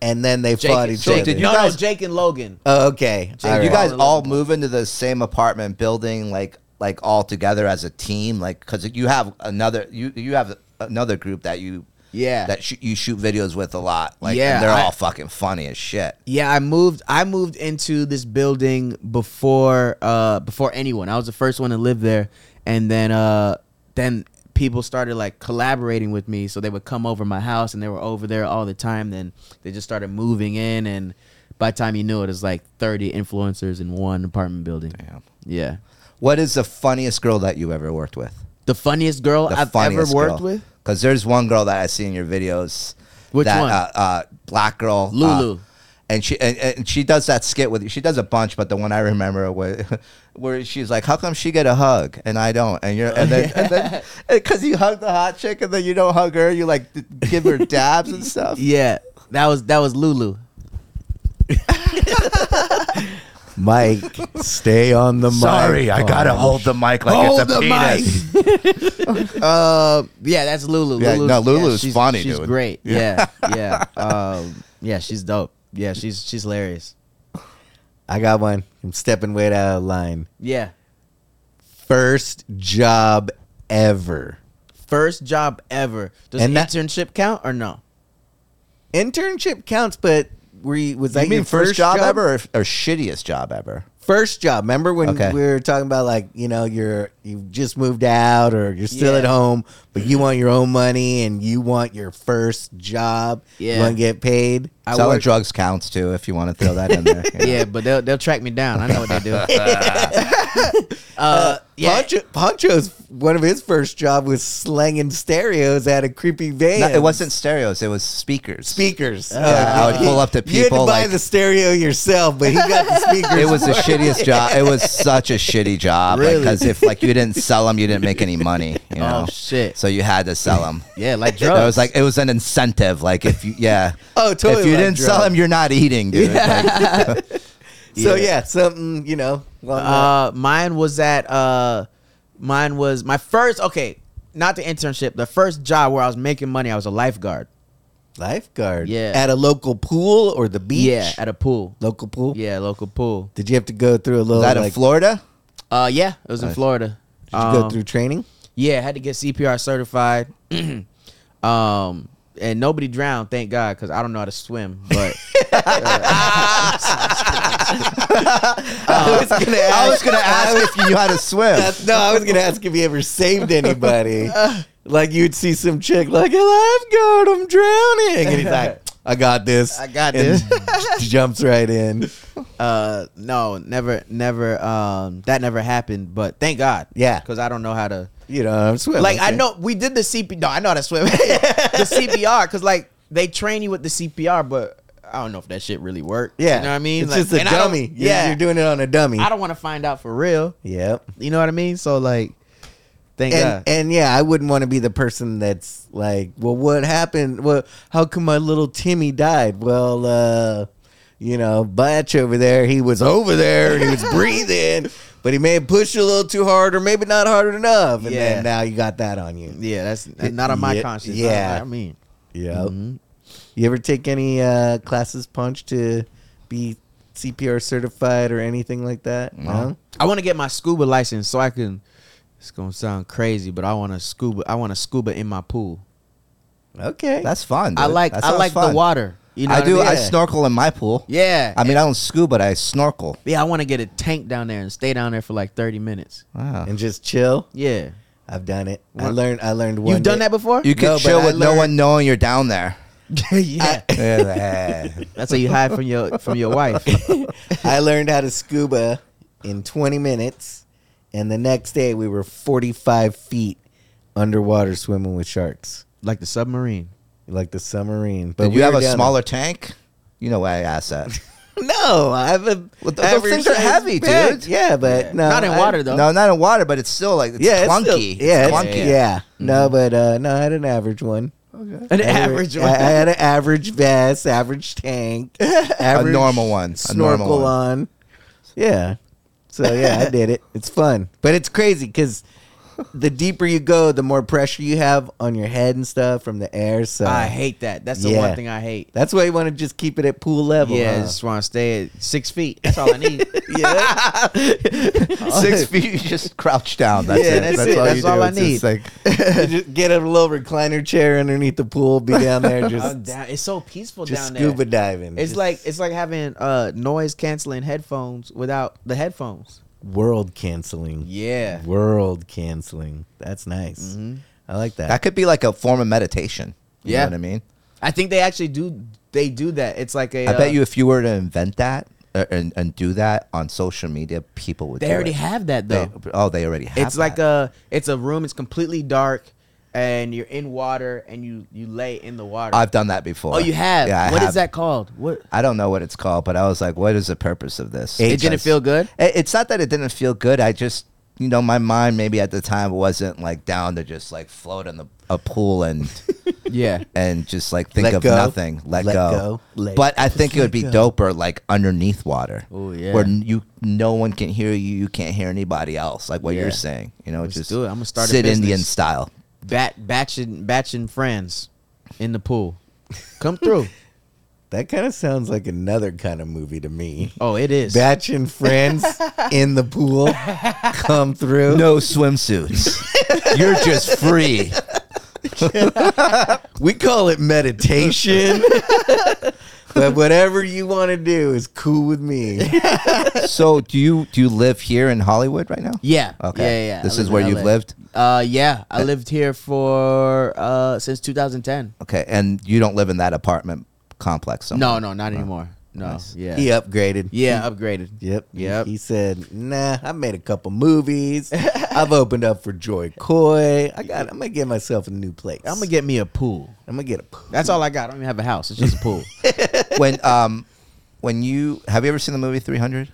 A: and then they
C: Jake,
A: fought each
C: Jake,
A: other.
B: did you
C: no,
B: guys-
C: no, Jake and Logan.
A: Oh, okay.
C: Jake,
A: All
B: You
A: right.
B: guys
C: Right.
B: all move into the same apartment building, like like all together as a team, like because you have another you you have another group that you
C: Yeah.
B: that sh- you shoot videos with a lot, like
C: Yeah,
B: and they're
C: I-
B: all fucking funny as shit.
C: Yeah, I moved. I moved into this building before uh before anyone. I was the first one to live there, and then uh then people started like collaborating with me. So they would come over my house, and they were over there all the time. Then they just started moving in, and by the time you knew it, it was like thirty influencers in one apartment building.
B: Damn.
C: Yeah,
B: What is the funniest girl that you ever worked with?
C: the funniest girl
B: The
C: I've ever worked with.
B: Because there's one girl that I see in your videos.
C: Which
B: that,
C: one?
B: Uh, uh, black girl,
C: Lulu.
B: uh, and she and, and she does that skit with she does a bunch, but the one I remember was where she's like, "How come she get a hug and I don't?" And you're and then and then because you hug the hot chick and then you don't hug her, you like d- give her dabs and stuff.
C: Yeah, that was that was Lulu.
A: Mike, stay on the mic.
B: I gotta hold the mic like
A: Hold the mic.
C: Uh, yeah, that's Lulu.
B: Yeah, no, Lulu's
C: she's-
B: funny,
C: She's
B: dude.
C: great. Yeah, yeah, um, yeah. She's dope. Yeah, she's she's hilarious.
A: I got one. I'm stepping way out of line.
C: Yeah,
A: First job ever.
C: first job ever. Does
A: And
C: an
A: that-
C: internship count or no?
A: Internship counts, but were you, was that
B: You mean
A: your
B: first job, ever or, or shittiest job ever?
A: First job. Remember when
B: Okay.
A: we were talking about like you know you're you just moved out or you're still
C: Yeah.
A: at home, but you want your own money and you want your first job.
C: Yeah.
A: You want to get paid.
C: I
B: Selling
C: work-
B: drugs counts too, if you want to throw that in there. you know.
C: Yeah, but they'll they'll track me down. I know what they do. uh, yeah,
A: Poncho, Poncho's one of his first job was slanging stereos at a creepy van.
B: No, it wasn't stereos. It was speakers.
A: speakers.
B: Oh, I would pull up to
A: You had to
B: people,
A: buy
B: like-
A: the stereo yourself, but he got the speakers.
B: It was the
A: for
B: shittiest job. It was such a shitty job.
C: Really?
B: Because if like you didn't sell them, you didn't make any money. You know.
C: Oh, shit.
B: So you had to sell them.
C: yeah, like
B: It
C: drugs.
B: was like it was an incentive. Like if you yeah.
A: Oh, totally
B: If you
A: like
B: didn't sell
A: drugs.
B: them, you're not eating, dude. Like,
A: So
C: Yeah.
A: yeah, something you know. along that-
C: Uh, mine was at uh, mine was my first. Okay, not the internship. The first job where I was making money. I was a lifeguard.
A: lifeguard.
C: yeah.
A: At a local pool or the beach.
C: Yeah, at a pool.
A: local pool.
C: Yeah, local pool.
A: Did you have to go through a little
B: was that in
A: like?
B: Florida?
C: Uh, yeah, it was in
B: Nice.
C: Florida.
A: did you go
C: Um,
A: through training?
C: Yeah, I had to get CPR certified. um, and nobody drowned, thank God, because I don't know how to swim. But
A: I was gonna ask.
B: I was gonna ask if you knew how to swim.
A: That's- no, I was gonna ask if you ever saved anybody.
B: Uh.
A: like you'd see some chick like a lifeguard, I'm drowning, and he's like, "I got this,
C: I got
A: and jumps right in.
C: uh, no, never, never. Um, that never happened. But thank God.
A: Yeah.
C: because I don't know how to.
A: You know, I'm swimming.
C: Like I know we did the CP. No, I know how to swim. the CPR, because like they train you with the CPR, but I don't know if that shit really worked.
A: Yeah,
C: you know what I mean.
A: It's
C: Like,
A: just a
C: and I don't-
A: dummy. You're-
C: yeah,
A: you're doing it on a dummy.
C: I don't want to find out for real.
A: Yep.
C: You know what I mean? So like, thank
A: and
C: God.
A: and yeah, I wouldn't want to be the person that's like, well, what happened? Well, how come my little Timmy died? Well, uh, you know, Batch over there, he was over there and he was breathing, but he may have pushed a little too hard or maybe not hard enough, and
C: Yeah.
A: then now you got that on you.
C: yeah, Oh. that's not on my
A: Yeah,
C: conscience.
A: yeah.
C: I, I mean,
A: Yep.
C: Mm-hmm.
A: You ever take any uh, classes, Punch, to be CPR certified or anything like that? No.
C: I want to get my scuba license so I can. It's gonna sound crazy, but I want to scuba. I want to scuba in my pool.
A: Okay.
B: That's fun. dude.
C: I like.
B: That
C: I
B: sounds
C: like
B: fun.
C: the water. You know
B: I
C: what
B: do.
C: mean?
B: I
C: Yeah.
B: snorkel in my pool.
C: Yeah.
B: I mean, I don't scuba, but I snorkel.
C: yeah, I want to get a tank down there and stay down there for like thirty minutes.
B: Wow.
A: and just chill.
C: Yeah.
A: I've done it. I
C: One-
A: learned. I learned one.
C: You've done
A: day-
C: that before?
B: You can
A: No, but
B: chill
A: I
B: with no
A: learned-
B: one knowing you're down there.
C: yeah.
B: Yeah, like,
C: That's how you hide from your from your wife.
A: I learned how to scuba in 20 minutes, and the next day we were 45 feet underwater swimming with sharks,
C: like the submarine.
A: like the submarine. But
B: Did
A: we
B: you have
A: were
B: a
A: down-
B: smaller tank? You know why I asked that.
A: No, I have a.
B: Well, those
A: average
B: things are
A: size
B: heavy,
A: bag.
B: dude.
A: Yeah, but no,
C: Not in
A: I-
C: water though.
B: no, not in water, but it's still like it's
A: Yeah,
B: clunky.
A: it's still- yeah,
B: it's
A: it's-
B: clunky.
A: yeah.
B: Mm-hmm.
A: No, but uh, no, I had an average one.
C: An
A: I had-
C: average
A: I,
C: one.
A: I had an average vest, average tank, average
B: A normal one. A
A: snorkel
B: normal one.
A: on. Yeah. So yeah, I did it. It's fun, but it's crazy because the deeper you go, the more pressure you have on your head and stuff from the air. So
C: I hate that. That's the
A: Yeah.
C: one thing I hate.
A: that's why you want to just keep it at pool level.
C: yeah, I
A: huh?
C: just want to stay at six feet. That's all I need.
B: Six feet, you just crouch down. That's
C: Yeah,
B: it.
C: that's it.
B: all
C: That's
B: you do.
C: all I
B: It's just
C: need.
B: like-
A: You just get a little recliner chair underneath the pool, be down there
C: I'm
A: just
C: down. It's so peaceful
A: just
C: down there.
A: scuba diving.
C: It's
A: Just
C: like it's like having uh noise canceling headphones without the headphones.
A: world canceling.
C: Yeah. Mm-hmm.
A: world canceling. That's nice. I like that.
B: that could be like a form of meditation. You
C: Yeah.
B: know what I mean?
C: I think they actually do they do that. It's like a
B: I bet
C: uh,
B: you if you were to invent that uh, and, and do that on social media, people would
C: uh, they
B: do
C: already
B: it.
C: have that
B: They-
C: though.
B: oh, they already have
C: it's like
B: that.
C: a it's a room, it's completely dark and you're in water and you you lay in the water.
B: I've done that before.
C: oh, you have. What
B: Yeah,
C: is
B: I have.
C: that called? What
B: I don't know what it's called, but I was like, what is the purpose of this?
C: It didn't
B: Because-
C: feel good?
B: It- It's not that it didn't feel good. I just, you know, my mind maybe at the time wasn't like down to just like float in the, a pool and
C: Yeah.
B: and just like think
A: Let
B: of
A: go.
B: nothing. Let,
A: Let
B: go.
A: go. Let-
B: but I think it would be doper like underneath water.
C: Oh, yeah.
B: Where n- you no one can hear you, you can't hear anybody else. Like what
C: Yeah.
B: you're saying. You know,
C: Let's
B: just
C: do it. I'ma start a
B: sit
C: business.
B: Indian style.
C: Bat batching batching friends in the pool. Come through.
A: That kind of sounds like another kind of movie to me.
C: oh, it is.
A: Batch and friends in the pool come through.
B: No swimsuits. you're just free.
A: We call it meditation. but whatever you want to do is cool with me.
B: So do you do you live here in Hollywood right now?
C: yeah.
B: Okay.
C: Yeah, yeah. I
B: This
C: live
B: is
C: in
B: where
C: LA.
B: you've lived?
C: Uh yeah, I lived here for uh since 2010.
B: Okay. And you don't live in that apartment complex. Somewhere.
C: No, no, not anymore. No.
B: Oh. Nice. uh,
C: Yeah.
A: He upgraded.
C: Yeah, upgraded.
A: Yep.
C: Yep.
A: He said, "Nah, I made a couple movies. I've opened up for Joy Coy. I got. I'm gonna get myself a new place.
C: I'm gonna get me a pool.
A: I'm gonna get a. pool.
C: That's all I got. I don't even have a house. It's just a pool.
B: when um, when you have you ever seen the movie Three Hundred?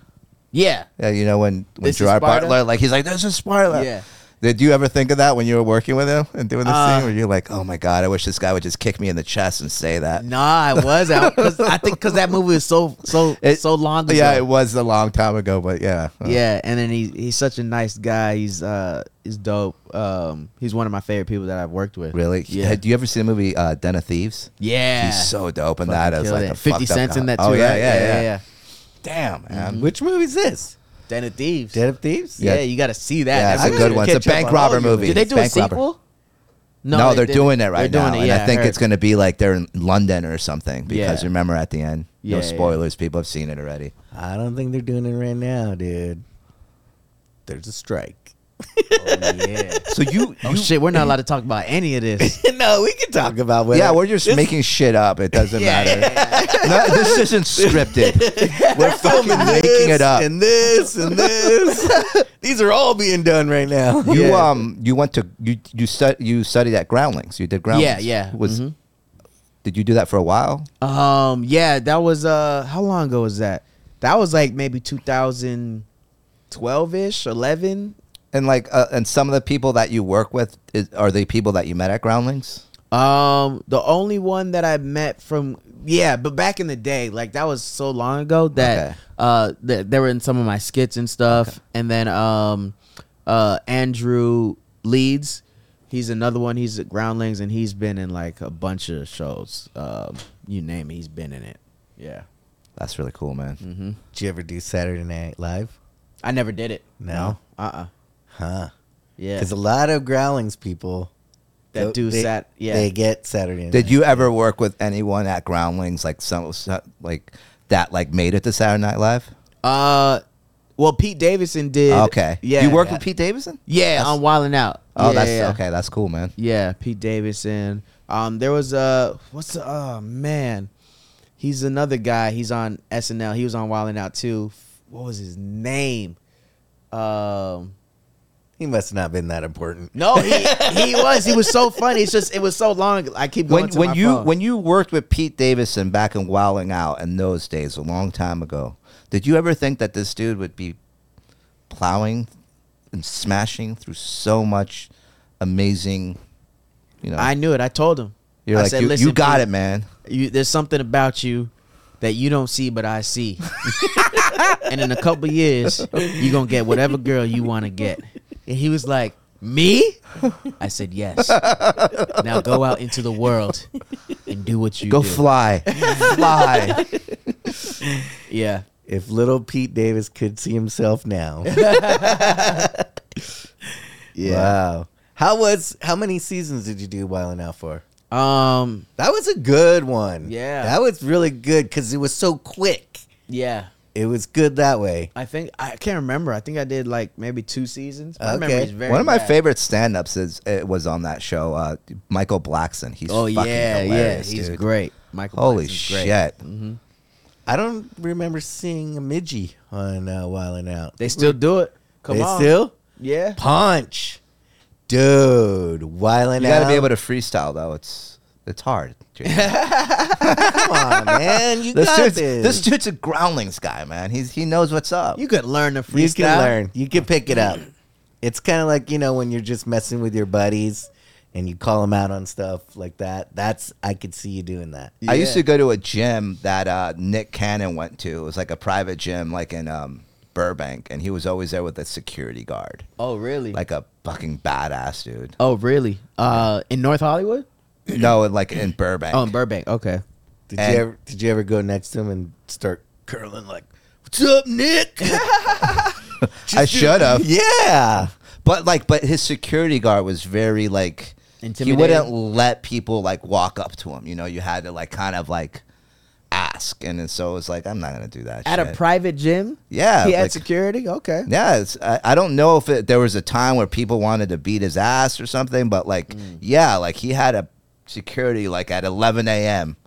C: yeah.
B: Yeah, you know when when
C: This is
B: Gerard
C: Sparta?
B: Butler, like he's like, "This is Sparta."
C: Yeah.
B: Did you ever think of that when you were working with him and doing this
C: Uh,
B: thing, where you're like, "Oh my god, I wish this guy would just kick me in the chest and say that."
C: Nah, I was out. Cause I think because that movie was so so
B: It-
C: so long ago.
B: yeah, it was a long time ago, but yeah, Uh,
C: Yeah, and then he he's such a nice guy. He's uh he's dope. Um, he's one of my favorite people that I've worked with.
B: Really?
C: Yeah.
B: Had- Do you ever see the movie uh, Den of Thieves?
C: Yeah.
B: He's so dope in that. As
C: Killed
B: like
C: it.
B: a
C: Fifty
B: fucked up
C: cents in
B: guy.
C: that too.
B: Oh yeah,
C: right?
B: yeah, yeah,
C: yeah.
B: Damn, man.
A: Which movie is this?
C: Den of Thieves.
A: Dead of Thieves.
C: yeah.
B: Yeah.
C: you got to see that.
B: Yeah,
C: That's
B: it's a
A: I
B: good
A: gotta
B: one. It's
A: catch
B: a
A: up
B: bank
A: on all
B: robber
A: of them.
B: movie.
C: Oh, Did they
B: It's
C: do a
B: bank robber.
C: sequel?
B: No,
C: they
B: they are
C: didn't.
B: doing it right
C: They're
B: now,
C: doing it,
B: and
C: yeah,
B: I think
C: heard.
B: it's going to be like they're in London or something. Because
C: Yeah.
B: remember, at the end,
C: Yeah,
B: no
C: yeah.
B: spoilers. People have seen it already.
A: I don't think they're doing it right now, dude. There's a strike.
C: Oh, yeah.
B: So you,
C: Oh
B: you-
C: shit, we're not allowed to talk about any of this.
A: no, we can talk about whether.
B: yeah, we're just
A: This-
B: making shit up. It doesn't
C: Yeah,
B: matter.
C: yeah,
B: No, this isn't scripted. We're fucking making it up.
A: and this and this. These are all being done right now.
B: You
C: Yeah.
B: um, you went to you you stud, you studied at Groundlings. You did
C: Yeah,
B: Groundlings.
C: yeah.
B: Was
C: Mhm.
B: did you do that for a while?
C: Um, yeah, that was uh, how long ago was that? That was like maybe 2012 ish, 11.
B: And like, uh, and some of the people that you work with is, are they people that you met at Groundlings?
C: Um, the only one that I met from yeah, but back in the day, like that was so long ago that
B: Okay.
C: uh, that they were in some of my skits and stuff, and then um, uh, Andrew Leeds. He's another one. He's at Groundlings, and he's been in like a bunch of shows. Um, you name it, he's been in it. Yeah,
B: That's really cool, man.
A: Did you ever do Saturday Night Live?
C: I never did it.
A: No?
C: uh, uh
A: Huh?
C: yeah.
A: Because a lot of growlings people
C: That do
A: they,
C: sat- yeah.
A: they get Saturday. Night.
B: Did you ever work with anyone at Groundlings like some so- like that like made it to Saturday Night Live? Oh,
C: Uh, well, Pete Davidson did.
B: Okay,
C: Yeah.
B: You worked
C: yeah.
B: with Pete Davidson?
C: Yeah, on Wildin' Out.
B: Oh,
C: Yeah,
B: that's
C: yeah.
B: okay. That's cool, man.
C: Yeah, Pete Davidson. Um, there was a what's the oh man, he's another guy. He's on SNL. He was on Wildin' Out too. What was his name? Um,
A: He must not been that important.
C: no, he he was. He was so funny. It's just it was so long. I keep going
B: When
C: to my
B: when you
C: phone.
B: when you worked with Pete Davidson back in Wilding Out in those days, a long time ago, did you ever think that this dude would be plowing and smashing through so much amazing? You know,
C: I knew it. I told him.
B: you're
C: I
B: like
C: said,
B: you,
C: "Listen,
B: you got
C: Pete,
B: it, man.
C: you there's something about you that you don't see but I see. and in a couple years, you're gonna get whatever girl you wanna get. And he was like, Me? I said, Yes. now go out into the world and do what you
B: Go
C: do.
B: fly, fly.
C: yeah.
A: If little Pete Davis could see himself now, wow. How was how many seasons did you do Wild 'N Out for?
C: Um
A: That was a good one.
C: Yeah.
A: that was really good because it was so quick.
C: yeah.
A: It was good that way.
C: I think I can't remember. I think I did like maybe two seasons. My
A: Okay.
C: memory is very
B: One of my
C: bad.
B: favorite stand-ups is it was on that show. Uh, Michael Blackson. He's
C: Oh
B: fucking
C: yeah, yeah.
B: hilarious,
C: He's
B: dude.
C: great. Michael
B: Holy
C: Jackson's great.
B: shit!
A: I don't remember seeing a midgie on uh, Wild 'N Out.
C: They still do it. Come
A: They
C: on.
A: still
C: Yeah.
A: punch, dude. Wild 'N
B: You
A: Out.
B: got to be able to freestyle though. It's it's hard. Jason.
A: Come on, man. You
B: This
A: got
B: dude's,
A: this.
B: this dude's a groundlings guy, man. He's he knows what's up.
C: You could learn the freestyle.
A: you can learn. You can pick it up. It's kind of like you know when you're just messing with your buddies and you call them out on stuff like that. That's I could see you doing that.
B: I used to go to a gym that uh, Nick Cannon went to. It was like a private gym, like in um, Burbank, and he was always there with a security guard,
C: Oh really?
B: like a fucking badass dude.
C: Oh, really? Uh, in North Hollywood?
B: no, like in Burbank.
C: Oh, in Burbank. Okay.
A: Did
B: And-
A: you ever? Did you ever go next to him and start curling like, "What's up, Nick?"
B: I should have.
A: yeah.
B: But like, but his security guard was very like he
C: Intimidating?
B: wouldn't let people like walk up to him. You know, you had to like kind of like ask, and then so it was like, I'm not gonna do that.
C: At a
B: shit.
C: private gym?
B: yeah,
C: he had
B: like-
C: security? Okay.
B: Yeah, it's, I, I don't know if it, there was a time where people wanted to beat his ass or
C: Mm.
B: something, but like, yeah, like he had a security like at 11 a.m.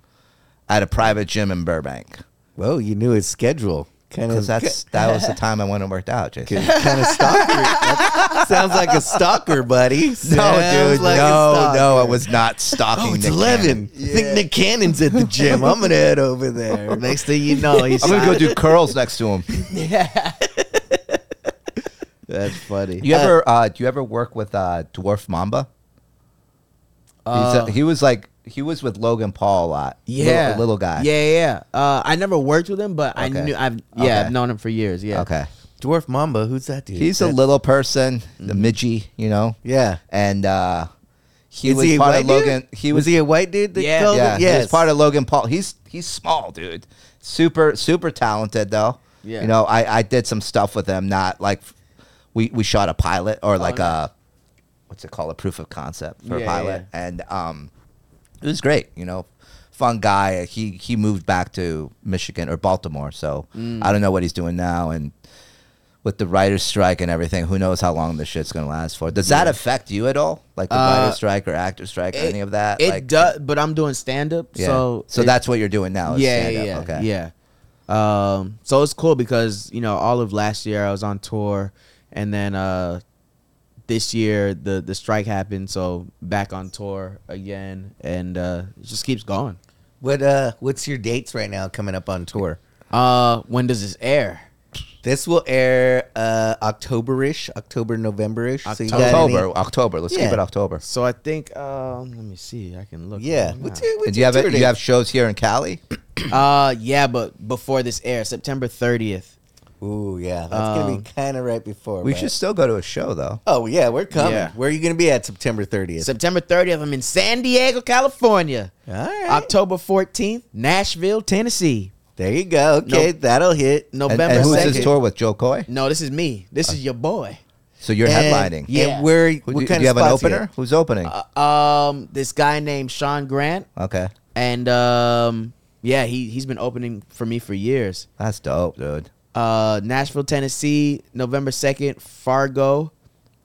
B: at a private gym in Burbank
A: Whoa, you knew his schedule. Kind of
B: because that's that was the time I went and worked out. Jason.
A: kind of stalker. That sounds like a stalker, buddy.
B: No,
A: Sounds
B: dude,
A: like a
B: no,
A: stalker.
B: no, I was not stalking.
A: Oh, it's
B: Nick
A: eleven.
B: Cannon.
A: I think Nick Cannon's at the gym. I'm gonna head over there.
C: Next thing you know, he's
B: I'm gonna go do curls next to him.
C: That's funny.
B: You ever? Uh, do you ever work with uh, Dwarf Mamba?
C: Uh,
B: He's a, he was like he was with Logan Paul a lot. Little-
C: yeah,
B: little, guy.
C: Yeah, yeah. yeah. Uh, I never worked with him, but I
B: Okay.
C: knew I've yeah
B: Okay.
C: I've known him for years. Yeah.
B: Okay.
A: Dwarf Mamba, who's that dude?
B: He's a little person, the
A: Mm-hmm.
B: midgy, you know,
A: yeah.
B: and uh, he
A: Is
B: was
A: he a
B: part
A: white
B: of Logan.
A: dude? was, he a white dude? That
C: Yeah.
A: called
B: yeah,
A: it?
B: he was
A: yes.
B: part of Logan Paul. He's he's small, dude. Super super talented though.
C: Yeah.
B: You know, I I did some stuff with him. Not like we we shot a pilot or like
C: no.
B: a what's it called a proof of concept for
C: Oh, Yeah,
B: a
C: yeah,
B: pilot, and um, it was great. You know, fun guy. He he moved back to Michigan or Baltimore, so
C: Mm.
B: I don't know what he's doing now and. With the writer's strike and everything, who knows how long this shit's gonna last for? Does that affect you at all, like the
C: Uh,
B: writer's strike or actor strike or
C: it-
B: any of that?
C: It
B: like,
C: does, but I'm doing stand up,
B: yeah.
C: so it-
B: that's what you're doing now. Is
C: yeah, yeah,
B: stand-up.
C: yeah,
B: Okay.
C: yeah. Um, so it's cool because you know all of last year I was on tour, and then uh, this year the the strike happened, so back on tour again, and uh, it just keeps going.
A: What uh what's your dates right now coming up on tour?
C: Uh, when does this air?
A: This will air uh October-ish, October November-ish. So you got any-
B: October, October. Let's
A: Yeah.
B: keep it October.
C: So I think um, let me see. I can look.
A: yeah.
C: right now.
A: What's your, what's
B: And do you
A: your
B: have
A: tour
B: it, you
A: date?
B: have shows here in Cali?
C: Uh, yeah, but before this air, September thirtieth.
A: Ooh, yeah. That's gonna
C: Um,
A: be kind of right before.
B: We
A: but-
B: should still go to a show though.
A: Oh yeah, we're coming.
C: Yeah.
A: Where are you gonna be at September 30th?
C: September thirtieth, I'm in San Diego, California.
A: All right.
C: October fourteenth, Nashville, Tennessee.
A: there you go. Okay, that'll hit.
B: And,
C: November
B: and who's this
C: 2nd.
B: tour with? Joe Coy.
C: No, this is me. This is your boy.
B: So you're
A: And-
B: headlining.
C: Yeah.
A: And where?
B: Who,
A: what
B: do,
A: kind
B: do you
A: of
B: have an
A: spots you
B: opener? Who's opening?
C: Uh, um, this guy named Sean Grant,
B: okay,
C: and um, yeah, he he's been opening for me for years.
B: that's dope, dude.
C: Uh, Nashville, Tennessee, November second, Fargo,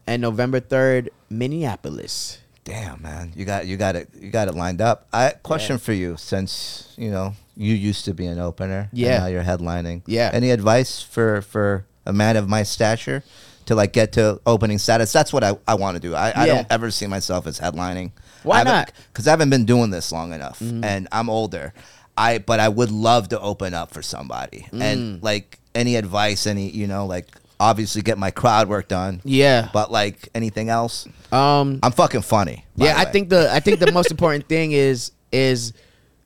C: and November third, Minneapolis.
B: Damn, man, you got you got it you got it lined up. I question for you since you know you used to be an opener. and
C: Yeah.
B: now you're headlining.
C: Yeah.
B: Any advice for for a man of my stature to like get to opening status? That's what I, I want to do. I, I
C: Yeah.
B: don't ever see myself as headlining.
C: Why not? Mm-hmm.
B: Because I haven't been doing this long enough, and I'm older. I but I would love to open up for somebody and
C: Mm.
B: like any advice, any you know like obviously get my crowd work done.
C: Yeah.
B: But like anything else,
C: Um,
B: I'm fucking funny. by
C: yeah,
B: the
C: I
B: way.
C: think the I think the most important thing is is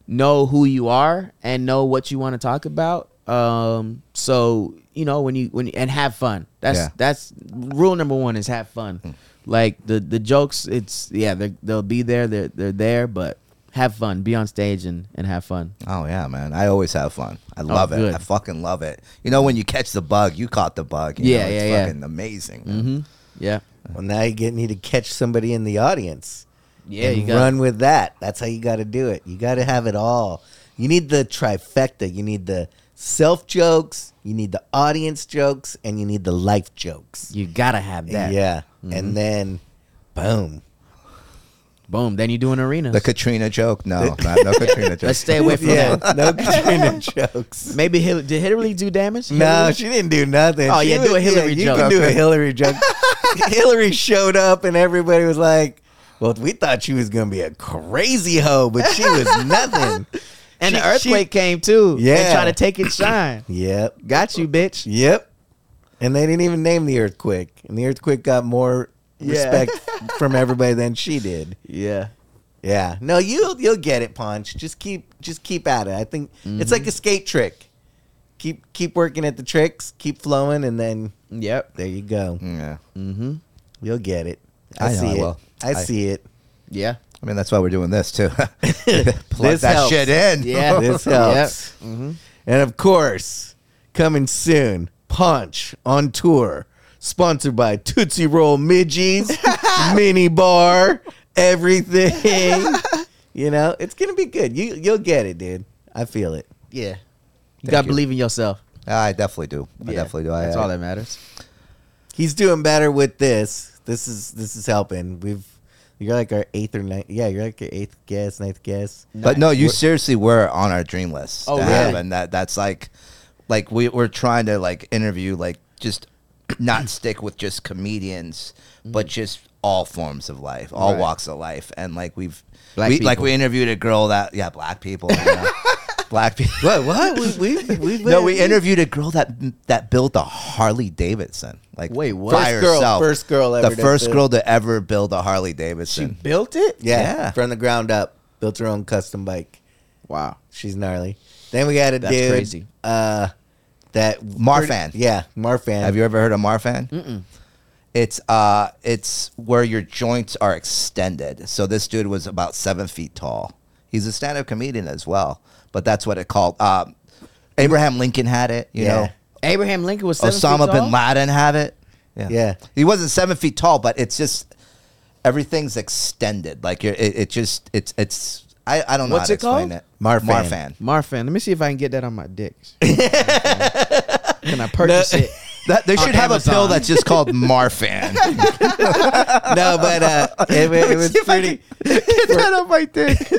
C: know who you are and know what you want to talk about. Um, so you know when you when and have fun. That's
B: Yeah.
C: that's rule number one is have
A: Hmm.
C: fun. Like the the jokes, it's yeah they're- they'll be there. They're they're there, but have fun. Be on stage and and have fun.
B: Oh yeah, man! I always have fun. I love it.
C: Oh, good.
B: I fucking love it. You know when you catch the bug, you caught the bug. You
C: Yeah,
B: know, it's
C: yeah, yeah.
B: Fucking amazing.
C: hmm Yeah,
A: Well, now you get need to catch somebody in the audience.
C: yeah.
A: and
C: You got
A: run with that. That's how you got to do it. You got to have it all. You need the trifecta. You need the self jokes. You need the audience jokes, and you need the life jokes.
C: you gotta have that.
A: Yeah,
B: Mm-hmm.
A: and then, boom.
C: Boom. Then you do an arena.
B: The Katrina joke? No, not, no Katrina joke.
C: Let's stay away from
A: Yeah,
C: that.
A: no Katrina jokes.
C: Maybe Hillary, did Hillary do damage?
A: No,
C: Hillary?
A: she didn't do nothing.
C: Oh,
A: She
C: yeah, do a Hillary
A: you
C: joke.
A: can do a
C: Okay.
A: Hillary joke. Hillary showed up, and everybody was like, "Well, we thought she was gonna be a crazy hoe, but she was nothing."
C: And
A: She-
C: the earthquake came too.
A: Yeah.
C: And try to take it shine.
A: She, yep.
C: Got you, bitch.
A: Yep. And they didn't even name the earthquake. And the earthquake got more respect from everybody than she did.
C: Yeah.
A: Yeah. No, you'll you'll get it, Punch. Just keep just keep at it. I think it's
C: Mm-hmm.
A: like a skate trick. Keep keep working at the tricks, keep flowing, and then
C: Yep.
A: there you go.
B: yeah,
C: Mm-hmm.
A: You'll get it.
B: I
A: I,
B: know
A: see
B: I
A: it.
B: will.
A: I,
B: I-
A: see it.
C: Yeah.
B: I mean that's why we're doing this too. Plug
A: This
B: that
A: helps.
B: shit in.
C: Yeah.
A: This helps.
C: Mm-hmm.
A: And of course, coming soon, Punch on tour, sponsored by Tootsie Roll Midgies, Mini Bar, everything. you know, it's gonna be good. You you'll get it, dude. I feel it.
C: Yeah. You
B: Thank
C: gotta
B: you.
C: believe in yourself.
B: I definitely do. I
C: Yeah.
B: definitely do. I,
C: That's
B: I-
C: all that matters.
A: He's doing better with this. This is this is helping. We've You're like our eighth or ninth. Yeah, you're like our eighth guest, ninth guest.
B: But no, you seriously were on our dream list.
C: Oh,
B: to
C: really?
B: have, and that that's like, like we we're trying to like interview like just not stick with just comedians, but just all forms of life, all
A: Mm-hmm. Right.
B: walks of life, and like we've
C: Black
B: we, like
C: people.
B: we interviewed a girl that yeah, black people, you know, black people.
A: What? What? We we we
B: No, we interviewed a girl that that built a Harley Davidson. Like,
C: Wait, what?
B: By
A: First girl-
B: herself.
A: first girl ever
B: the
A: to
B: first
A: build-
B: girl to ever build a Harley
C: She
B: Davidson.
C: built it.
A: Yeah,
B: Yeah.
A: from the ground up, built her own custom bike.
C: Wow.
A: She's gnarly. Then we got a
C: That's
A: dude.
C: crazy.
A: Uh, that
B: Marfan.
A: yeah, Marfan.
B: Have you ever heard of Marfan? Mm-mm. It's uh, it's where your joints are extended. So this dude was about seven feet tall. He's a stand-up comedian as well, but that's what it called. Um, Abraham Lincoln had it, you
A: Yeah.
B: know.
C: Abraham Lincoln was seven
B: Osama
C: feet
B: bin
C: tall?
B: Laden had it.
A: Yeah.
B: he wasn't seven feet tall, but it's just everything's extended. Like you're, it, it just it's it's I, I don't know
C: What's
B: how to
C: it called?
B: explain it.
A: Marfan.
B: Marfan.
C: Marfan, let me see if I can get that on my dicks. can I purchase
A: No.
C: it?
B: That, they
C: On
B: should have
C: Amazon.
B: a pill that's just called Marfan.
A: no, but uh, it, wa- it was
B: See if I
A: pretty.
B: Get that on my dick.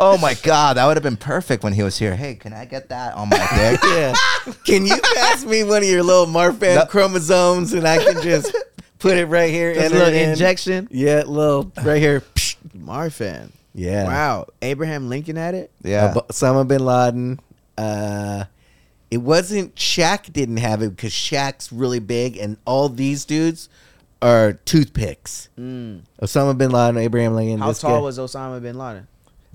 B: oh my god, that would have been perfect when he was here. Hey, can I get that on my dick?
A: Yeah. Can you pass me one of your little Marfan
B: No.
A: chromosomes and I can just put it right here?
C: Just a
A: enter
C: little
A: it in?
C: injection.
A: Yeah, little right here. Psh.
C: Marfan.
A: Yeah.
C: Wow. Abraham Lincoln had it.
B: yeah.
A: Ob- Osama bin Laden. Uh, it wasn't Shaq didn't have it because Shaq's really big, and all these dudes are toothpicks. Osama bin Laden, Abraham Lincoln.
C: How
A: this
C: tall
A: guy-
C: was Osama bin Laden?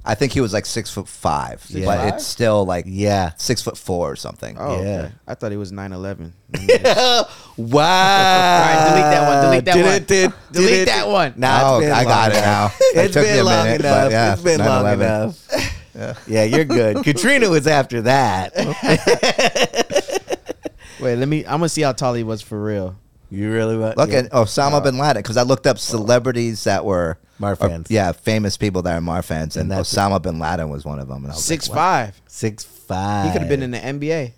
B: I think he was like six foot five,
C: Six
B: but
C: five?
B: it's still like
A: Yeah.
B: six foot four or something.
C: Oh,
A: Yeah.
C: okay. I thought he was nine eleven.
A: wow!
C: All right, delete that one, delete that one.
A: Did- did-
C: Delete
A: did-
C: that one.
A: Nah,
B: Oh,
A: it's been
B: I got
A: long
B: it
A: enough.
B: now. It
A: It's
B: took me a
A: been long
B: minute, but
A: enough.
B: yeah,
A: It's been long
B: 9/11.
A: enough. Yeah, you're good. Katrina was after that.
C: Wait, let me. I'm gonna see how tall he was for real.
A: you really want?
B: Look
A: yeah.
B: at oh, Osama bin Laden because I looked up celebrities that were uh,
A: Marfans.
B: yeah, famous people that are Marfans, and,
A: And that's-
B: Osama bin Laden was one of them. And I was
C: Six
B: like, what?
C: five.
A: six five.
C: He could have been in the NBA.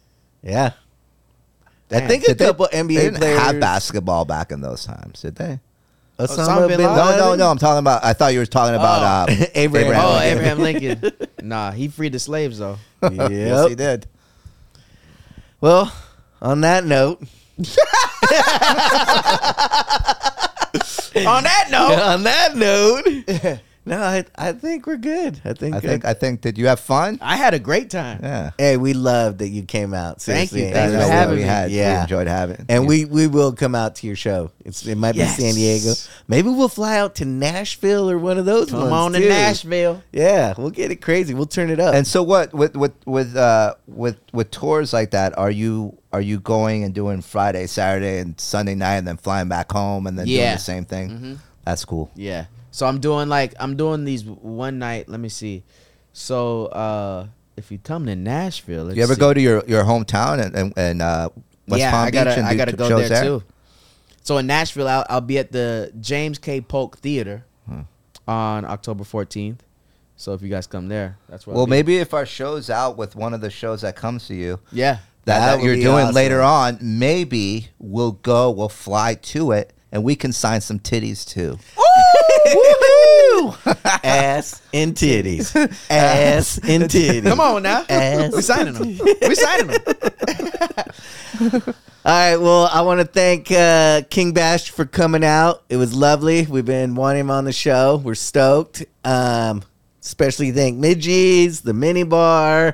A: Yeah. I
C: Damn.
A: think a
B: Did they-
A: couple
B: They
A: NBA
B: didn't
A: players
B: have basketball back in those times, did they?
A: Osama,
C: Osama
A: bin
C: bin
A: Laden.
B: No, no, no. I'm talking about. I thought you were talking about
A: Oh.
B: uh,
A: Abraham
B: Abraham.
C: Oh,
A: Lincoln.
C: Abraham Lincoln. nah, he freed the slaves though.
A: Yep.
B: yes, he did.
A: Well, on that note,
C: On that note,
A: on that note, no, I, I think we're good. I think.
B: I think.
A: I,
B: I think. Did you have fun?
C: I had a great time.
B: Yeah.
A: hey, we love that you came out.
C: Thank you.
A: Seriously.
C: Thanks
A: I
C: for
A: know
C: having
A: we
B: we
C: me.
B: had. We
A: Yeah.
B: enjoyed having.
A: and we, we will come out to your show. It's it might
C: Yes.
A: be San Diego. Maybe we'll fly out to Nashville or one of those.
C: Come
A: ones,
C: on to
A: too.
C: Nashville.
A: Yeah, we'll get it crazy. We'll turn it up.
B: And so what with with with uh with with tours like that are you are you going and doing Friday, Saturday, and Sunday night, and then flying back home and then doing
C: Yeah. Mm-hmm.
B: the same thing? That's cool.
C: Yeah. So I'm doing like I'm doing these one night. Let me see. So uh if you come to Nashville, let's
B: you ever
C: see.
B: go to your your hometown and and, and uh, West
C: yeah,
B: Palm
C: I gotta,
B: Beach and
C: I
B: do
C: gotta
B: t-
C: go
B: shows
C: there, too. So in Nashville, I'll, I'll be at the James K. Polk Theater
B: Hmm.
C: on October 14th. So if you guys come there, that's where.
B: Well,
C: I'll be.
B: maybe if our show's out with one of the shows that comes to you,
C: Yeah.
B: that,
A: That
B: that
A: would
B: you're
A: be
B: doing
A: awesome.
B: later on, maybe we'll go, we'll fly to it, and we can sign some titties too.
A: ass and titties. Ass and titties.
C: Come on now.
A: Ass.
C: We signing them. We signing them.
A: All right. Well, I want to thank uh, King Bash for coming out. It was lovely. We've been wanting him on the show. We're stoked. Um, especially thank Midgies, the minibar,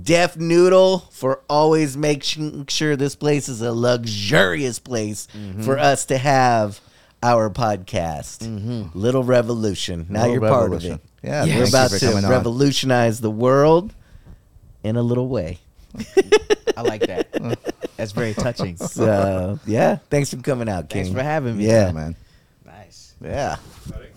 A: Deaf Noodle for always making sure this place is a luxurious place for us to have our podcast.
C: Mm. Mm-hmm.
A: Little Revolution. Now
B: Little
A: you're
B: revolution.
A: part of it.
B: Yeah,
A: We're
B: thank you
A: about
B: for
A: to
B: coming on.
A: revolutionize the world in a little way.
C: I like that. That's very touching.
A: So yeah, thanks for coming out, King.
C: Thanks for having me.
A: Yeah.
B: man.
C: Nice.
B: Yeah.
D: Buddy.